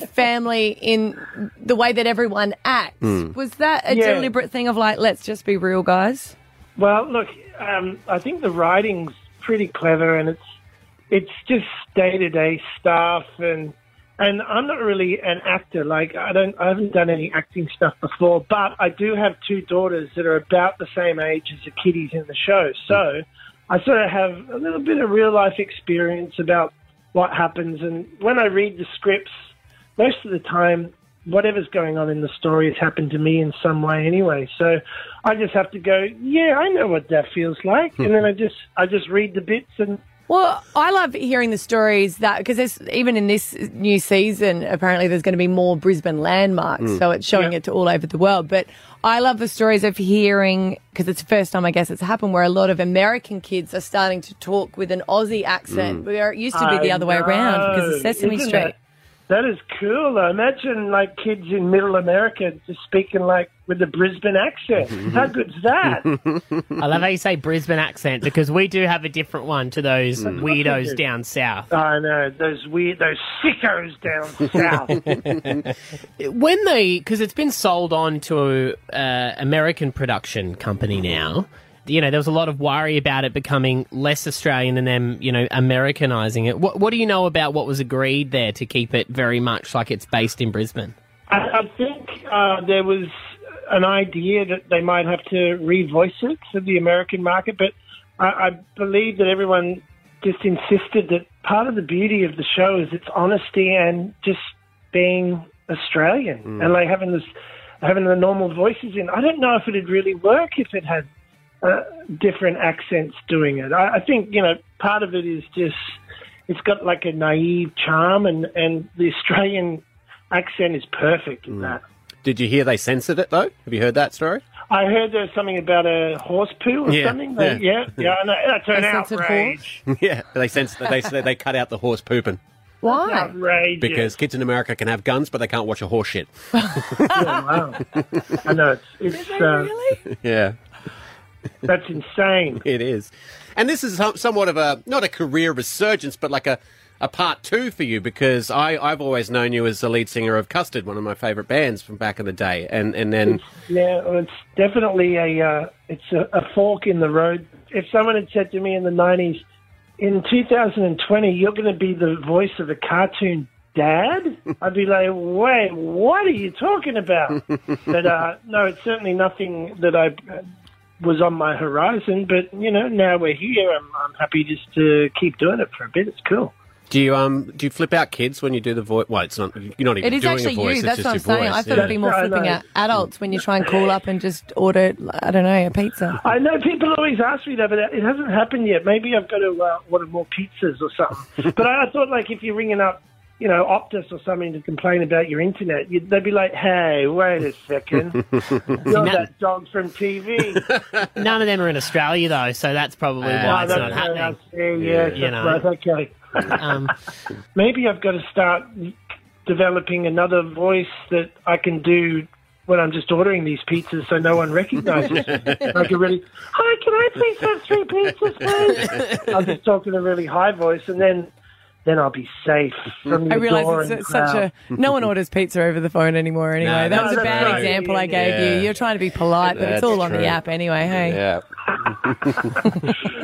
family in the way that everyone acts.
Mm.
Was that a
Yeah.
deliberate thing of like, let's just be real, guys?
Well, look, um, I think the writing's pretty clever, and it's it's just day to day stuff, and and I'm not really an actor. Like I don't, I haven't done any acting stuff before, but I do have two daughters that are about the same age as the kiddies in the show, so I sort of have a little bit of real life experience about what happens, and when I read the scripts, most of the time. Whatever's going on in the story has happened to me in some way anyway. So I just have to go, yeah, I know what that feels like, and then I just I just read the bits and
Well, I love hearing the stories that because there's even in this new season, apparently there's going to be more Brisbane landmarks,
Mm.
so it's showing it to all over the world. But I love the stories of hearing because it's the first time I guess it's happened where a lot of American kids are starting to talk with an Aussie accent,
Mm.
where it used to be the
I
other way around because
know.
of Sesame
Isn't
Street.
That, that is cool. Though. Imagine like kids in Middle America just speaking like with a Brisbane accent. How good's that?
I love how you say Brisbane accent because we do have a different one to those
Hmm.
Mm.
weirdos down south.
I know those weird, those sickos down south.
when they because it's been sold on to uh, American production company now. You know, there was a lot of worry about it becoming less Australian and them, you know, Americanizing it. What, what do you know about what was agreed there to keep it very much like it's based in Brisbane?
I, I think uh, there was an idea that they might have to revoice it for the American market, but I, I believe that everyone just insisted that part of the beauty of the show is its honesty and just being Australian
Mm.
and like having this having the normal voices in. I don't know if it'd really work if it had uh, different accents doing it. I, I think you know part of it is just it's got like
Mm.
a naive charm and and the Australian accent is perfect in that.
Did you hear they censored it though? Have you heard that story?
I heard there's something about a horse poo or
Yeah,
something.
yeah.
Yeah, yeah, yeah I know. that's an
A censored
outrage.
yeah, they censored. They said they cut out the horse pooping
Why? Outrageous.
because kids in America can have guns, but they can't watch a horse shit.
Oh, I know it's, it's uh,
yeah.
That's insane.
it is. And this is som- somewhat of a, not a career resurgence, but like a, a part two for you because I, I've always known you as the lead singer of Custard, one of my favourite bands from back in the day. And, and then,
Yeah, well, it's definitely a uh, it's a, a fork in the road. If someone had said to me in the '90s, in 2020, you're going to be the voice of a cartoon dad, I'd be like, wait, what are you talking about? but uh, no, it's certainly nothing that I uh, was on my horizon. But you know, now we're here. I'm, I'm happy just to keep doing it for a bit. It's cool.
do you, um, do you flip out kids when you do the voice? Well, it's not, you're not even
It is
doing
actually
a voice.
you.
it's
That's what I'm
just
saying.
your
I
voice,
thought it'd be
yeah.
more
Yeah, I
flipping
know.
out adults when you try and call up and just order, I don't know, a pizza.
I know people always ask me that, but it hasn't happened yet. Maybe I've got to uh, order more pizzas or something. but I, I thought, like, if you're ringing up, you know, Optus or something to complain about your internet, you'd, they'd be like, "Hey, wait a second, you're that dog from TV."
None of them are in Australia though, so that's probably
Uh,
why it's
that's
not
what I
happening.
see, yeah,
You
that's
know. Um,
right, okay. Maybe I've got to start developing another voice that I can do when I'm just ordering these pizzas, so no one recognises. me. I can really, hi, can I please have three pizzas, please? I'll just talk in a really high voice, and then then I'll be safe from
I
your door
realise
and
it's, it's such a. No one orders pizza over the phone anymore, anyway.
No,
that
no,
was a
that's
bad
right.
example I gave
Yeah.
you. You're trying to be polite, but
That's
it's all on
true.
the app anyway, hey?
Yeah.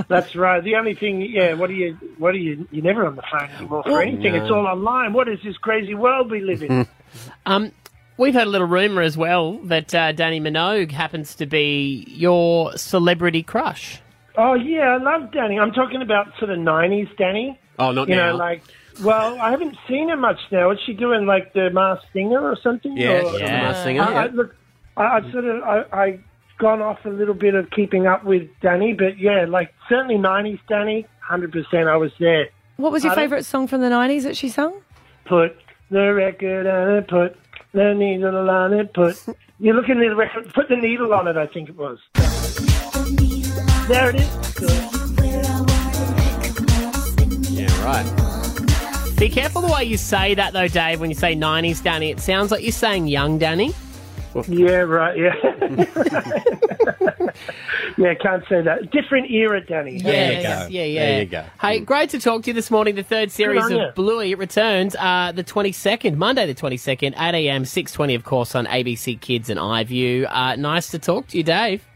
That's right. The only thing, yeah. What do you? What do you? You're never on the phone anymore for
Well-
anything. It's
No.
all online. What is this crazy world we live in?
Um, we've heard a little rumor as well that uh, Danny Minogue happens to be your celebrity crush.
Oh yeah, I love Danny. I'm talking about sort of '90s Danny.
Oh, not
you
now.
know, like. Well, I haven't seen her much now. Is she doing like the Masked Singer or something? or,
Yeah, she's on The Masked Singer,
Um,
I, I,
yeah.
look, I, I sort of I, I gone off a little bit of keeping up with Danny, but yeah, like certainly '90s Danny, hundred percent. I was there.
What was your
I don't-
favourite song from the 90s that she sung?
Put the record on it. Put the needle on it. Put. You look in the record. Put the needle on it. I think it was. There it is.
Yeah, right.
Be careful the way you say that though, Dave. When you say '90s Danny, it sounds like you're saying young Danny.
Yeah, right. Yeah. yeah, can't say that. Different era, Danny.
Yes, Yeah, yeah. Hey,
Mm.
great to talk to you this morning. The third series
on
of
you.
Bluey returns uh, the 22nd, Monday the 22nd, 8 a.m., 6.20, of course, on ABC Kids and iView. Uh, nice to talk to you, Dave.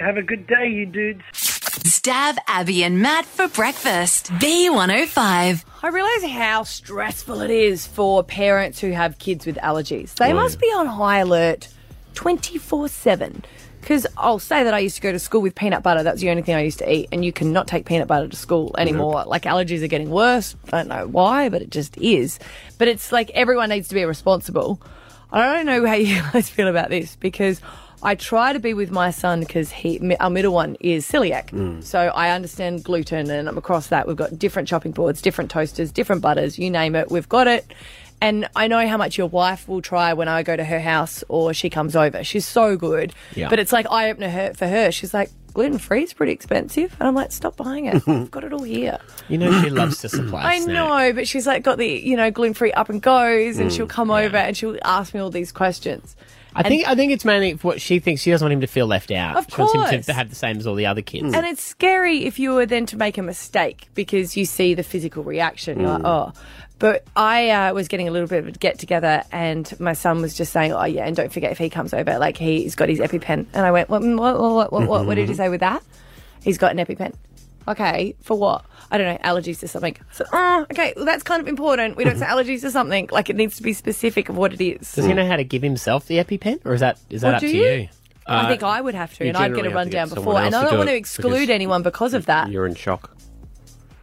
Have a good day, you dudes.
Stab Abby and Matt for breakfast. B105.
I realise how stressful it is for parents who have kids with allergies. They
Mm.
Oh,
must be on high alert 24 7. Because I'll say that I used to go to school with peanut butter. That's the only thing I used to eat. And you cannot take peanut butter to school anymore. Like allergies are getting worse. I don't know why, but it just is. But it's like everyone needs to be responsible. I don't know how you guys feel about this because I try to be with my son because he, mi- our middle one is celiac.
Mm.
So I understand gluten and I'm across that. We've got different chopping boards, different toasters, different butters, you name it, we've got it. And I know how much your wife will try when I go to her house or she comes over. She's so good.
Yeah.
But it's like eye opener her, for her. She's like, gluten free is pretty expensive. And I'm like, stop buying it. I've got it all here.
You know she loves to supply
I know, but she's like got the, you know, gluten free up and goes and
Mm,
she'll come over and she'll ask me all these questions.
I
And-
think I think it's mainly for what she thinks. She doesn't want him to feel left out.
Of
she wants him
course.
to have the same as all the other kids.
And it's scary if you were then to make a mistake because you see the physical reaction. You're like,
Mm.
oh. But I uh, was getting a little bit of a get together, and my son was just saying, oh, yeah, and don't forget if he comes over, like he's got his EpiPen. And I went, what, what, what, what, what, what, what did
Mm-hmm.
you say with that? He's got an EpiPen. Okay, for what? I don't know, allergies to something. So, oh, okay, well, that's kind of important. We don't say
Mm-hmm.
allergies to something. Like, it needs to be specific of what it is.
Does he know how to give himself the EpiPen, or is that is that
Well,
up
do
to
you?
you?
I think I would have
uh,
to,
you
and I'd get
generally
a
have to get
rundown
someone
before.
else
And
to
I don't
do
want to
it
exclude
because
anyone because of that.
You're in shock.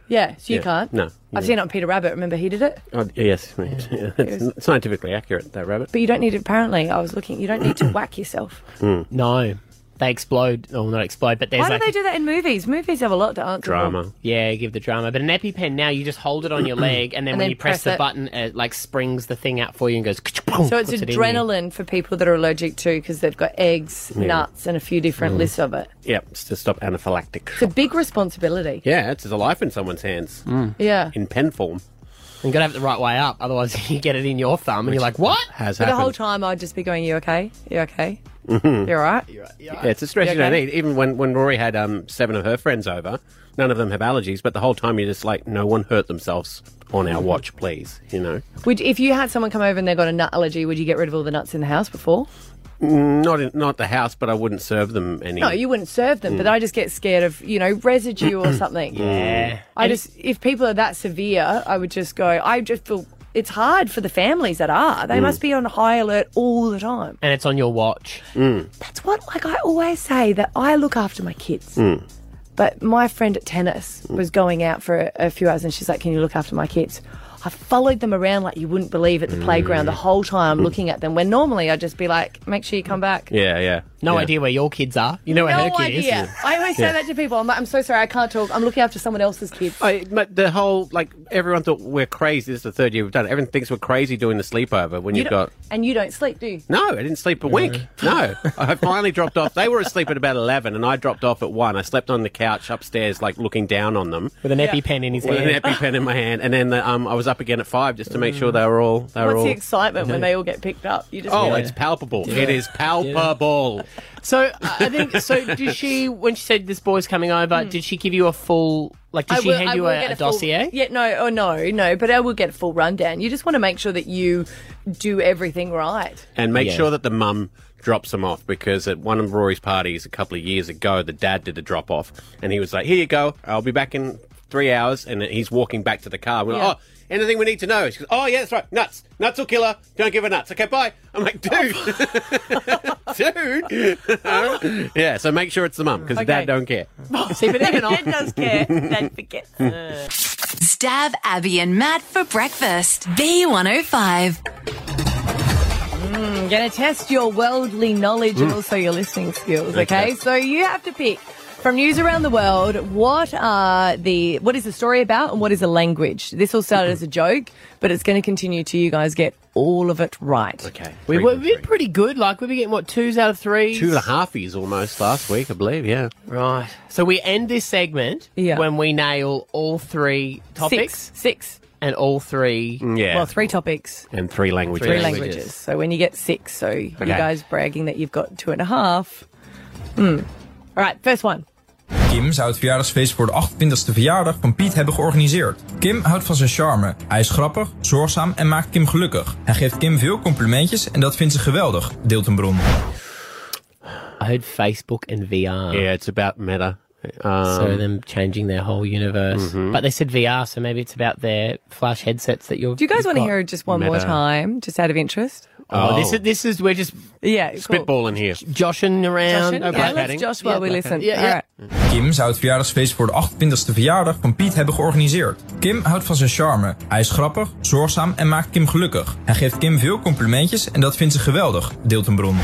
Yeah, so you
Yeah.
can't.
No.
I've seen it on Peter Rabbit. Remember, he did it.
Oh, yes, it's scientifically accurate, that rabbit.
But you don't need. Apparently, I was looking. You don't need to whack yourself.
No.
They explode. Oh, not explode, but there's
Why
like
do they do that in movies? Movies have a lot to answer. for.
Yeah, give the drama. But an EpiPen now, you just hold it on your leg, and then
And
when
then
you press,
press
the
it.
button, it like springs the thing out for you and goes.
So it's
puts it in you.
adrenaline for people that are allergic to because they've got eggs,
Yeah.
nuts, and a few different
Mm.
lists of it.
Yep, it's to stop anaphylactic.
It's a big responsibility.
Yeah, it's a life in someone's hands.
Yeah.
In pen form.
You gotta have it the right way up, otherwise you get it in your thumb, and you're like, "What?"
Has
But the whole
happened.
time I'd just be going, "You okay? You okay?
Mhm.
You all right?
Yeah, it's a stress
You
you don't
okay?
need. Even when, when Rory had um, seven of her friends over, none of them have allergies, but the whole time you're just like, no one hurt themselves on
Mm.
our watch, please. You know?
Would if you had someone come over and they got a nut allergy, would you get rid of all the nuts in the house before?
Mm, Not in, not the house, but I wouldn't serve them any.
No, you wouldn't serve them. But
Mm.
I just get scared of you know residue or something.
Yeah.
I
And
just if people are that severe, I would just go. I just feel it's hard for the families that are. They
Mm.
must be on high alert all the time.
and it's on your watch.
That's what like I always say that I look after my kids.
Mm.
But my friend at tennis was going out for a, a few hours and she's like, Can you look after my kids? I followed them around like you wouldn't believe at the playground the whole time looking at them, when normally I'd just be like, Make sure you come back.
Yeah, yeah.
No
Yeah.
idea where your kids are. You know where her
No
kid
idea.
is.
I always say
Yeah.
that to people. I'm like, I'm so sorry, I can't talk. I'm looking after someone else's kids.
I, but the whole like everyone thought we're crazy. This is the third year we've done. it. Everyone thinks we're crazy doing the sleepover when
You
you have
don't-
got.
And you don't sleep, do you?
No, I didn't sleep a wink. No, I finally dropped off. They were asleep at about eleven, and I dropped off at one. I slept on the couch upstairs, like looking down on them
With an EpiPen in his
with
hand.
an EpiPen in my hand, and then um, I was up again at five just to make sure they were all they were
What's
all.
the excitement when they all get picked up? You just
oh,
feel
it's
it.
palpable.
Yeah.
It is palpable.
So I I think so. Did she when she said this boy's coming over? Did she give you a full like? Did
Hmm. I
she
will-
hand
I
you
will
a,
get
a
full-
dossier?
Yeah, no, oh no, no, but I will get a full rundown. You just want to make sure that you do everything right.
And make
Yeah.
sure that the mum drops them off because at one of Rory's parties a couple of years ago, the dad did the drop off and he was like, Here you go. I'll be back in three hours. And he's walking back to the car. We're
Yeah.
like, Oh, anything we need to know? She goes, Oh, yeah, that's right. Nuts. Nuts will kill her. Don't give her nuts. Okay, bye. I'm like, Dude. Dude. yeah, so make sure it's the mum because
Okay.
dad don't care.
See, but even I-
does care. Dad forgets.
Stab Abby and Matt for breakfast. B105.
Mm, gonna test your worldly knowledge and
Mm.
also your listening skills,
Okay.
okay? So you have to pick from news around the world what are the what is the story about and what is the language. This all started as a joke, but it's gonna continue till you guys get all of it right.
Okay.
We were we're pretty good. Like we were getting what twos out of threes.
Two and a halfies almost last week, I believe. Yeah.
Right. So we end this segment when we nail all three topics.
Six.
And all three.
Yeah.
Well, three topics.
And three languages.
Three languages. So when you get six, so you
Okay.
guys bragging that you've got two and a half. Mm. All right, first one.
Kim zou het verjaardagsfeest voor de 28e verjaardag van Piet hebben georganiseerd. Kim houdt van zijn charme. Hij is grappig, zorgzaam en maakt Kim gelukkig. Hij geeft Kim veel complimentjes en dat vindt ze geweldig, deelt een bron.
I heard Facebook and VR.
Yeah, it's about meta.
so
Um,
them changing their whole universe.
Mhm.
But they said VR, so maybe it's about their flash headsets that you're.
Do you guys
you've
want to
got.
hear it just one more
Meta.
time, just out of interest?
Oh, this is this is we're just
yeah
spitballing here,
joshing around.
Joshing? Yeah, let's josh while we listen.
Yeah,
All
yeah.
right.
Kim zou het verjaardagsfeest voor de 28e verjaardag van Piet hebben georganiseerd. Kim houdt van zijn charme. Hij is grappig, zorgzaam en maakt Kim gelukkig. Hij geeft Kim veel complimentjes en dat vindt ze geweldig, deelt een bron.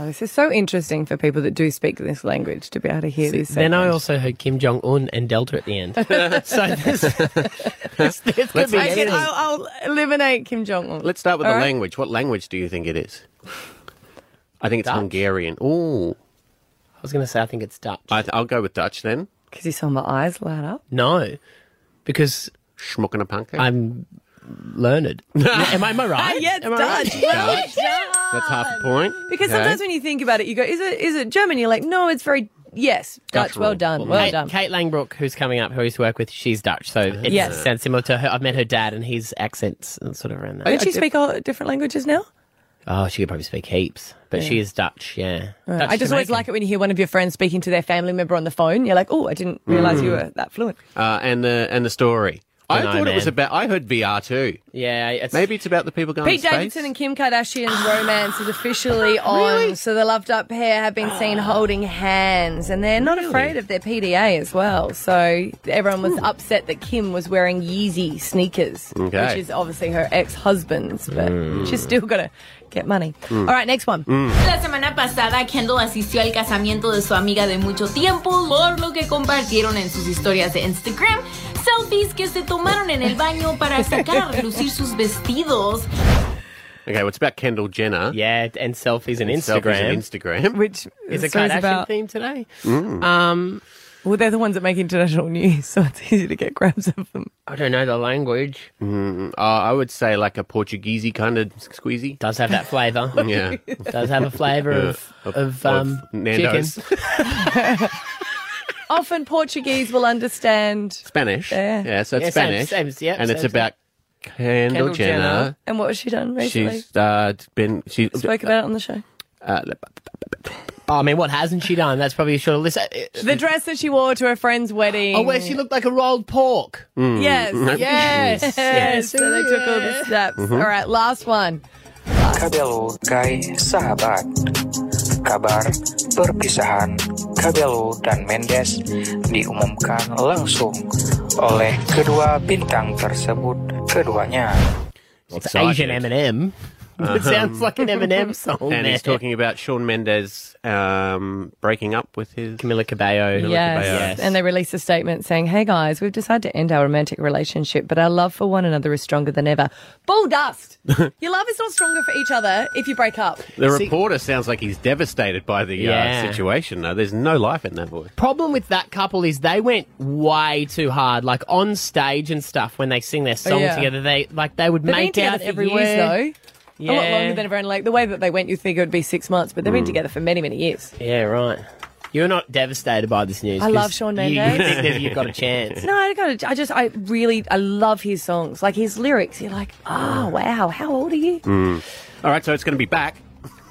Oh, this is so interesting for people that do speak this language to be able to hear this.
Then I
segment.
also heard Kim Jong Un and Delta at the end. so this, this, this could
Let's
be
make it-
anything.
I'll, I'll eliminate Kim Jong Un.
Let's start with the language. What language do you think it is? I think it's
Dutch.
Hungarian. Ooh.
I was going to say I think it's Dutch.
I th- I'll go with Dutch then.
Because you saw my eyes light up.
No, because
schmucking a pancake.
I'm learned. am, I, am I right?
yeah,
Am I right?
Dutch. Well
Dutch.
done.
That's half a point.
Because
Okay.
sometimes when you think about it, you go, "Is it is it German?" You're like, "No, it's very yes, Dutch. well done, well
Kate,
done."
Kate Langbrook, who's coming up, who I used to work with, she's Dutch, so it
Yes.
sounds similar to her. I've met her dad, and his accents and sort of around that.
Don't you speak all different languages now?
Oh, she could probably speak heaps, but she
Yeah.
is Dutch. Yeah,
Right.
Dutch
I just always
Jamaican.
like it when you hear one of your friends speaking to their family member on the phone. You're like, "Oh, I didn't realize you
Mm.
were that fluent."
Uh, and the and the story. I
Dunno,
thought it was
man.
about. I heard VR too.
Yeah, it's,
maybe it's about the people going
Pete
to space.
Davidson and Kim Kardashian's romance is officially on. So the loved up pair have been seen holding hands and they're not afraid of their PDA as well. So everyone was
Hmm.
upset that Kim was wearing Yeezy sneakers,
Okay.
which is obviously her ex husband's, but
Hmm.
Mm.
she's still got to get money.
Mm.
All right, next one.
La semana pasada, Kendall asistió al casamiento de su amiga de mucho tiempo, por lo que compartieron en sus historias de Instagram selfies que se tomaron en el baño para sacar a relucir sus vestidos.
Okay, well, it's about Kendall Jenner.
Yeah, and selfies and
Selfies
Instagram.
and Instagram.
Which
Is a
So it's
Kardashian
about-
theme today? Mm.
Um, well, they're the ones that make international news, so it's easy to get grabs of them.
I don't know the language.
Mm, uh, I would say like a Portuguese kind of squeezy.
Does have that flavour.
yeah.
Does have a flavour of- of, um,
Nando's.
Often Portuguese will understand.
Spanish.
Yeah.
Yeah, so it's
Yeah, same-
Spanish.
same, yeah,
and it's
same,
about Kendall, Jenner.
And what has she done recently?
She's uh, been. She
Spoke about it on the show.
Uh,
Oh, I mean, what hasn't she done? That's probably a short list. Uh, uh,
The dress that she wore to her friend's wedding.
Oh, where she looked like a rolled pork.
mm.
Yes,
Mm.
yes,
Yes,
yes. So they took all the steps.
Mhm.
All right, last one.
Guy sahabat Kabar perpisahan Cabello dan Mendes diumumkan langsung oleh kedua bintang tersebut keduanya.
It's Asian Eminem.
Uh-huh.
It sounds like an Eminem song.
And
there.
he's talking about Sean Mendes um, breaking up with his
Camila Cabello.
Yes. And they released a statement saying, Hey guys, we've decided to end our romantic relationship, but our love for one another is stronger than ever. Bull dust. Your love is not stronger for each other if you break up.
The reporter sounds like he's devastated by the
Yeah.
uh, situation. Though there's no life in that voice.
Problem with that couple is they went way too hard, like on stage and stuff. When they sing their song
Oh, yeah.
together, they like they would
They've been
make
together
out
for
everywhere.
years, though. A lot
Yeah.
longer than everyone. Like the way that they went, you'd think it would be six months, but they've been
Mm.
together for many, many years.
Yeah, right. You're not devastated by this news.
I
'cause
love Shawn
you- You,
Mendes.
think that you've got a chance.
No, I got. I just. I really. I love his songs. Like his lyrics. You're like, oh wow, how old are you?
All right, so it's going to be back.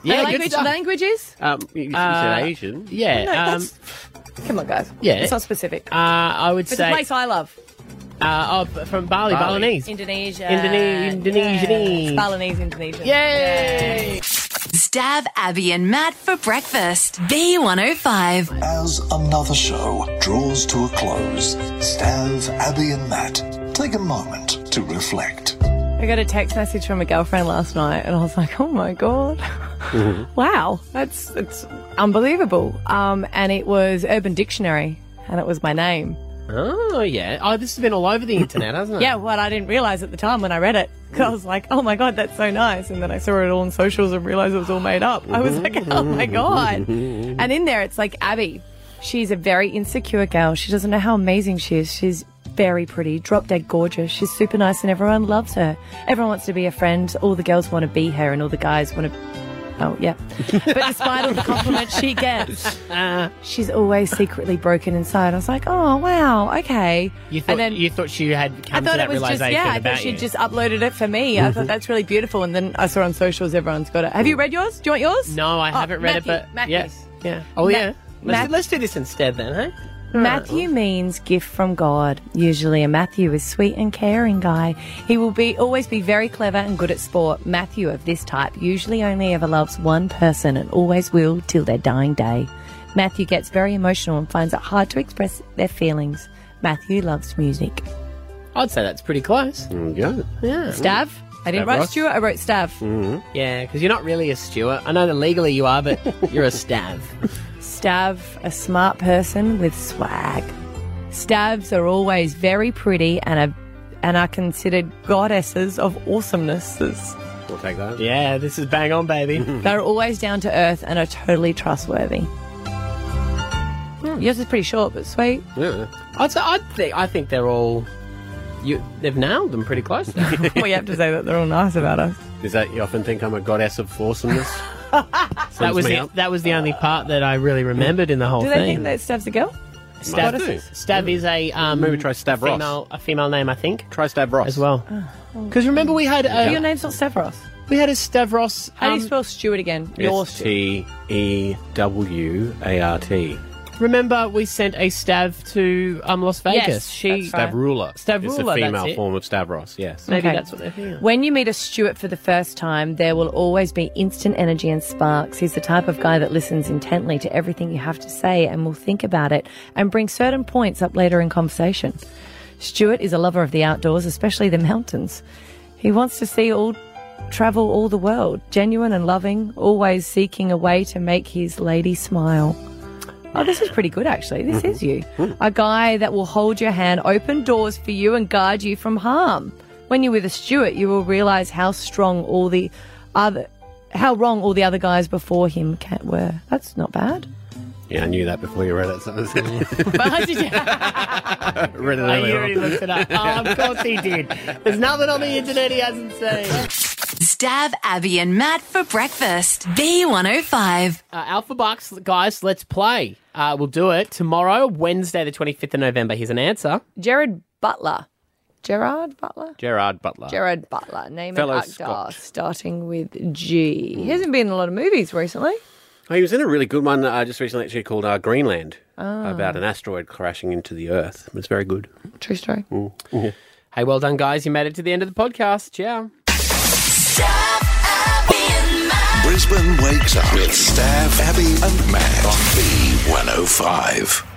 Their language, languages.
Um, you you
Uh,
said Asian.
yeah,
No,
um,
that's- Come on, guys.
yeah.
it's not specific.
Uh, I would
It's a
say
place I love.
uh, oh, from Bali,
Bali.
Balinese,
Indonesia.
Indone-
It's
Indonesian.
Balinese Indonesian.
Yay! Stab Abby and Matt for breakfast. B105.
As another show draws to a close, Stav, Abby, and Matt take a moment to reflect.
I got a text message from a girlfriend last night, and I was like, oh my god.
Mm-hmm.
Wow, that's it's unbelievable. Um, and it was Urban Dictionary, and it was my name.
Oh yeah. Oh, this has been all over the internet, hasn't it?
Yeah, what I didn't realize at the time when I read it, 'cause I was like, oh my god, that's so nice. And then I saw it all on socials and realized it was all made up. I was like, oh my god. And in there, it's like Abby. She's a very insecure girl. She doesn't know how amazing she is. She's very pretty, drop dead gorgeous. She's super nice and everyone loves her. Everyone wants to be her friend. All the girls want to be her and all the guys want to. Oh, yeah. But despite all the compliments she gets, she's always secretly broken inside. I was like, oh, wow, okay.
You thought, you thought she had come
I
to
thought
that
it was just
realization
yeah. I
about
thought
you. Mm-hmm.
she'd just uploaded it for me. I thought that's really beautiful. And then I saw on socials everyone's got it. Have you read yours? Do you want yours?
No, I haven't read it, but yes, yeah. Oh
Oh, Ma-
yeah. Let's,
Matt-
let's do this instead then, hey?
Matthew means gift from God. Usually, a Matthew is sweet and caring guy. He will be always be very clever and good at sport. Matthew of this type usually only ever loves one person and always will till their dying day. Matthew gets very emotional and finds it hard to express their feelings. Matthew loves music.
I'd say that's pretty close.
Hmm. Mm, Yeah.
Yeah.
Stav, I didn't write Stuart. I wrote Stav.
Yeah, because you're not really a Stuart. I know that legally you are, but you're a Stav.
Stav, a smart person with swag. Stavs are always very pretty and are, and are considered goddesses of awesomenesses.
We'll take that.
Yeah, this is bang on, baby.
They're always down to earth and are totally trustworthy. Hmm, Yours is pretty short but sweet.
Yeah.
I'd say, I'd think, I think they're all. You, they've nailed them pretty close. well,
you have to say that they're all nice about us.
Is that you often think I'm a goddess of awesomeness?
That was the, that was the only part that I really remembered in the whole
Do they
thing.
think that Stav's a girl?
Stav,
Goddesses?
Stav is a um,
Maybe try Stavros.
Female, a female name, I think.
Try Stavros
as well. Because remember we had uh,
Oh,
a,
Your name's not Stavros.
we had a Stavros.
How do
um,
you spell Stuart again? Your
S
Stuart.
T E W A E R T.
Remember, we sent a Stav to um, Las Vegas.
Yes,
she
Stavrula. It's the
Stavrula,
female
that's it.
form of Stavros, yes.
Maybe
Okay.
that's what they're thinking.
When you meet a Stuart for the first time, there will always be instant energy and sparks. He's the type of guy that listens intently to everything you have to say and will think about it and bring certain points up later in conversation. Stuart is a lover of the outdoors, especially the mountains. He wants to see all, travel all the world, genuine and loving, always seeking a way to make his lady smile. Oh, this is pretty good, actually. This is you. A guy that will hold your hand, open doors for you, and guard you from harm. When you're with a Stuart, you will realize how strong all the other, how wrong all the other guys before him ca were. That's not bad.
Yeah, I knew that before you read it. So read it
I
earlier
already
on.
looked it up. Oh, of course he did. There's nothing on the internet he hasn't seen.
Stab Abby and Matt for breakfast. B105.
Uh, Alpha Bucks, guys, let's play. Uh, we'll do it tomorrow, Wednesday, the 25th of November. Here's an answer
Jared Butler. Gerard Butler?
Gerard Butler.
Gerard Butler, name
Fellow
and actor,
Scot.
starting with G. He hasn't been in a lot of movies recently.
Oh, he was in a really good one uh, just recently, actually, called uh, Greenland,
Ah.
about an asteroid crashing into the Earth. It was very good.
True story.
Hey, well done, guys. You made it to the end of the podcast. Ciao.
Brisbane wakes up with Stav, Abby, and Matt on B105.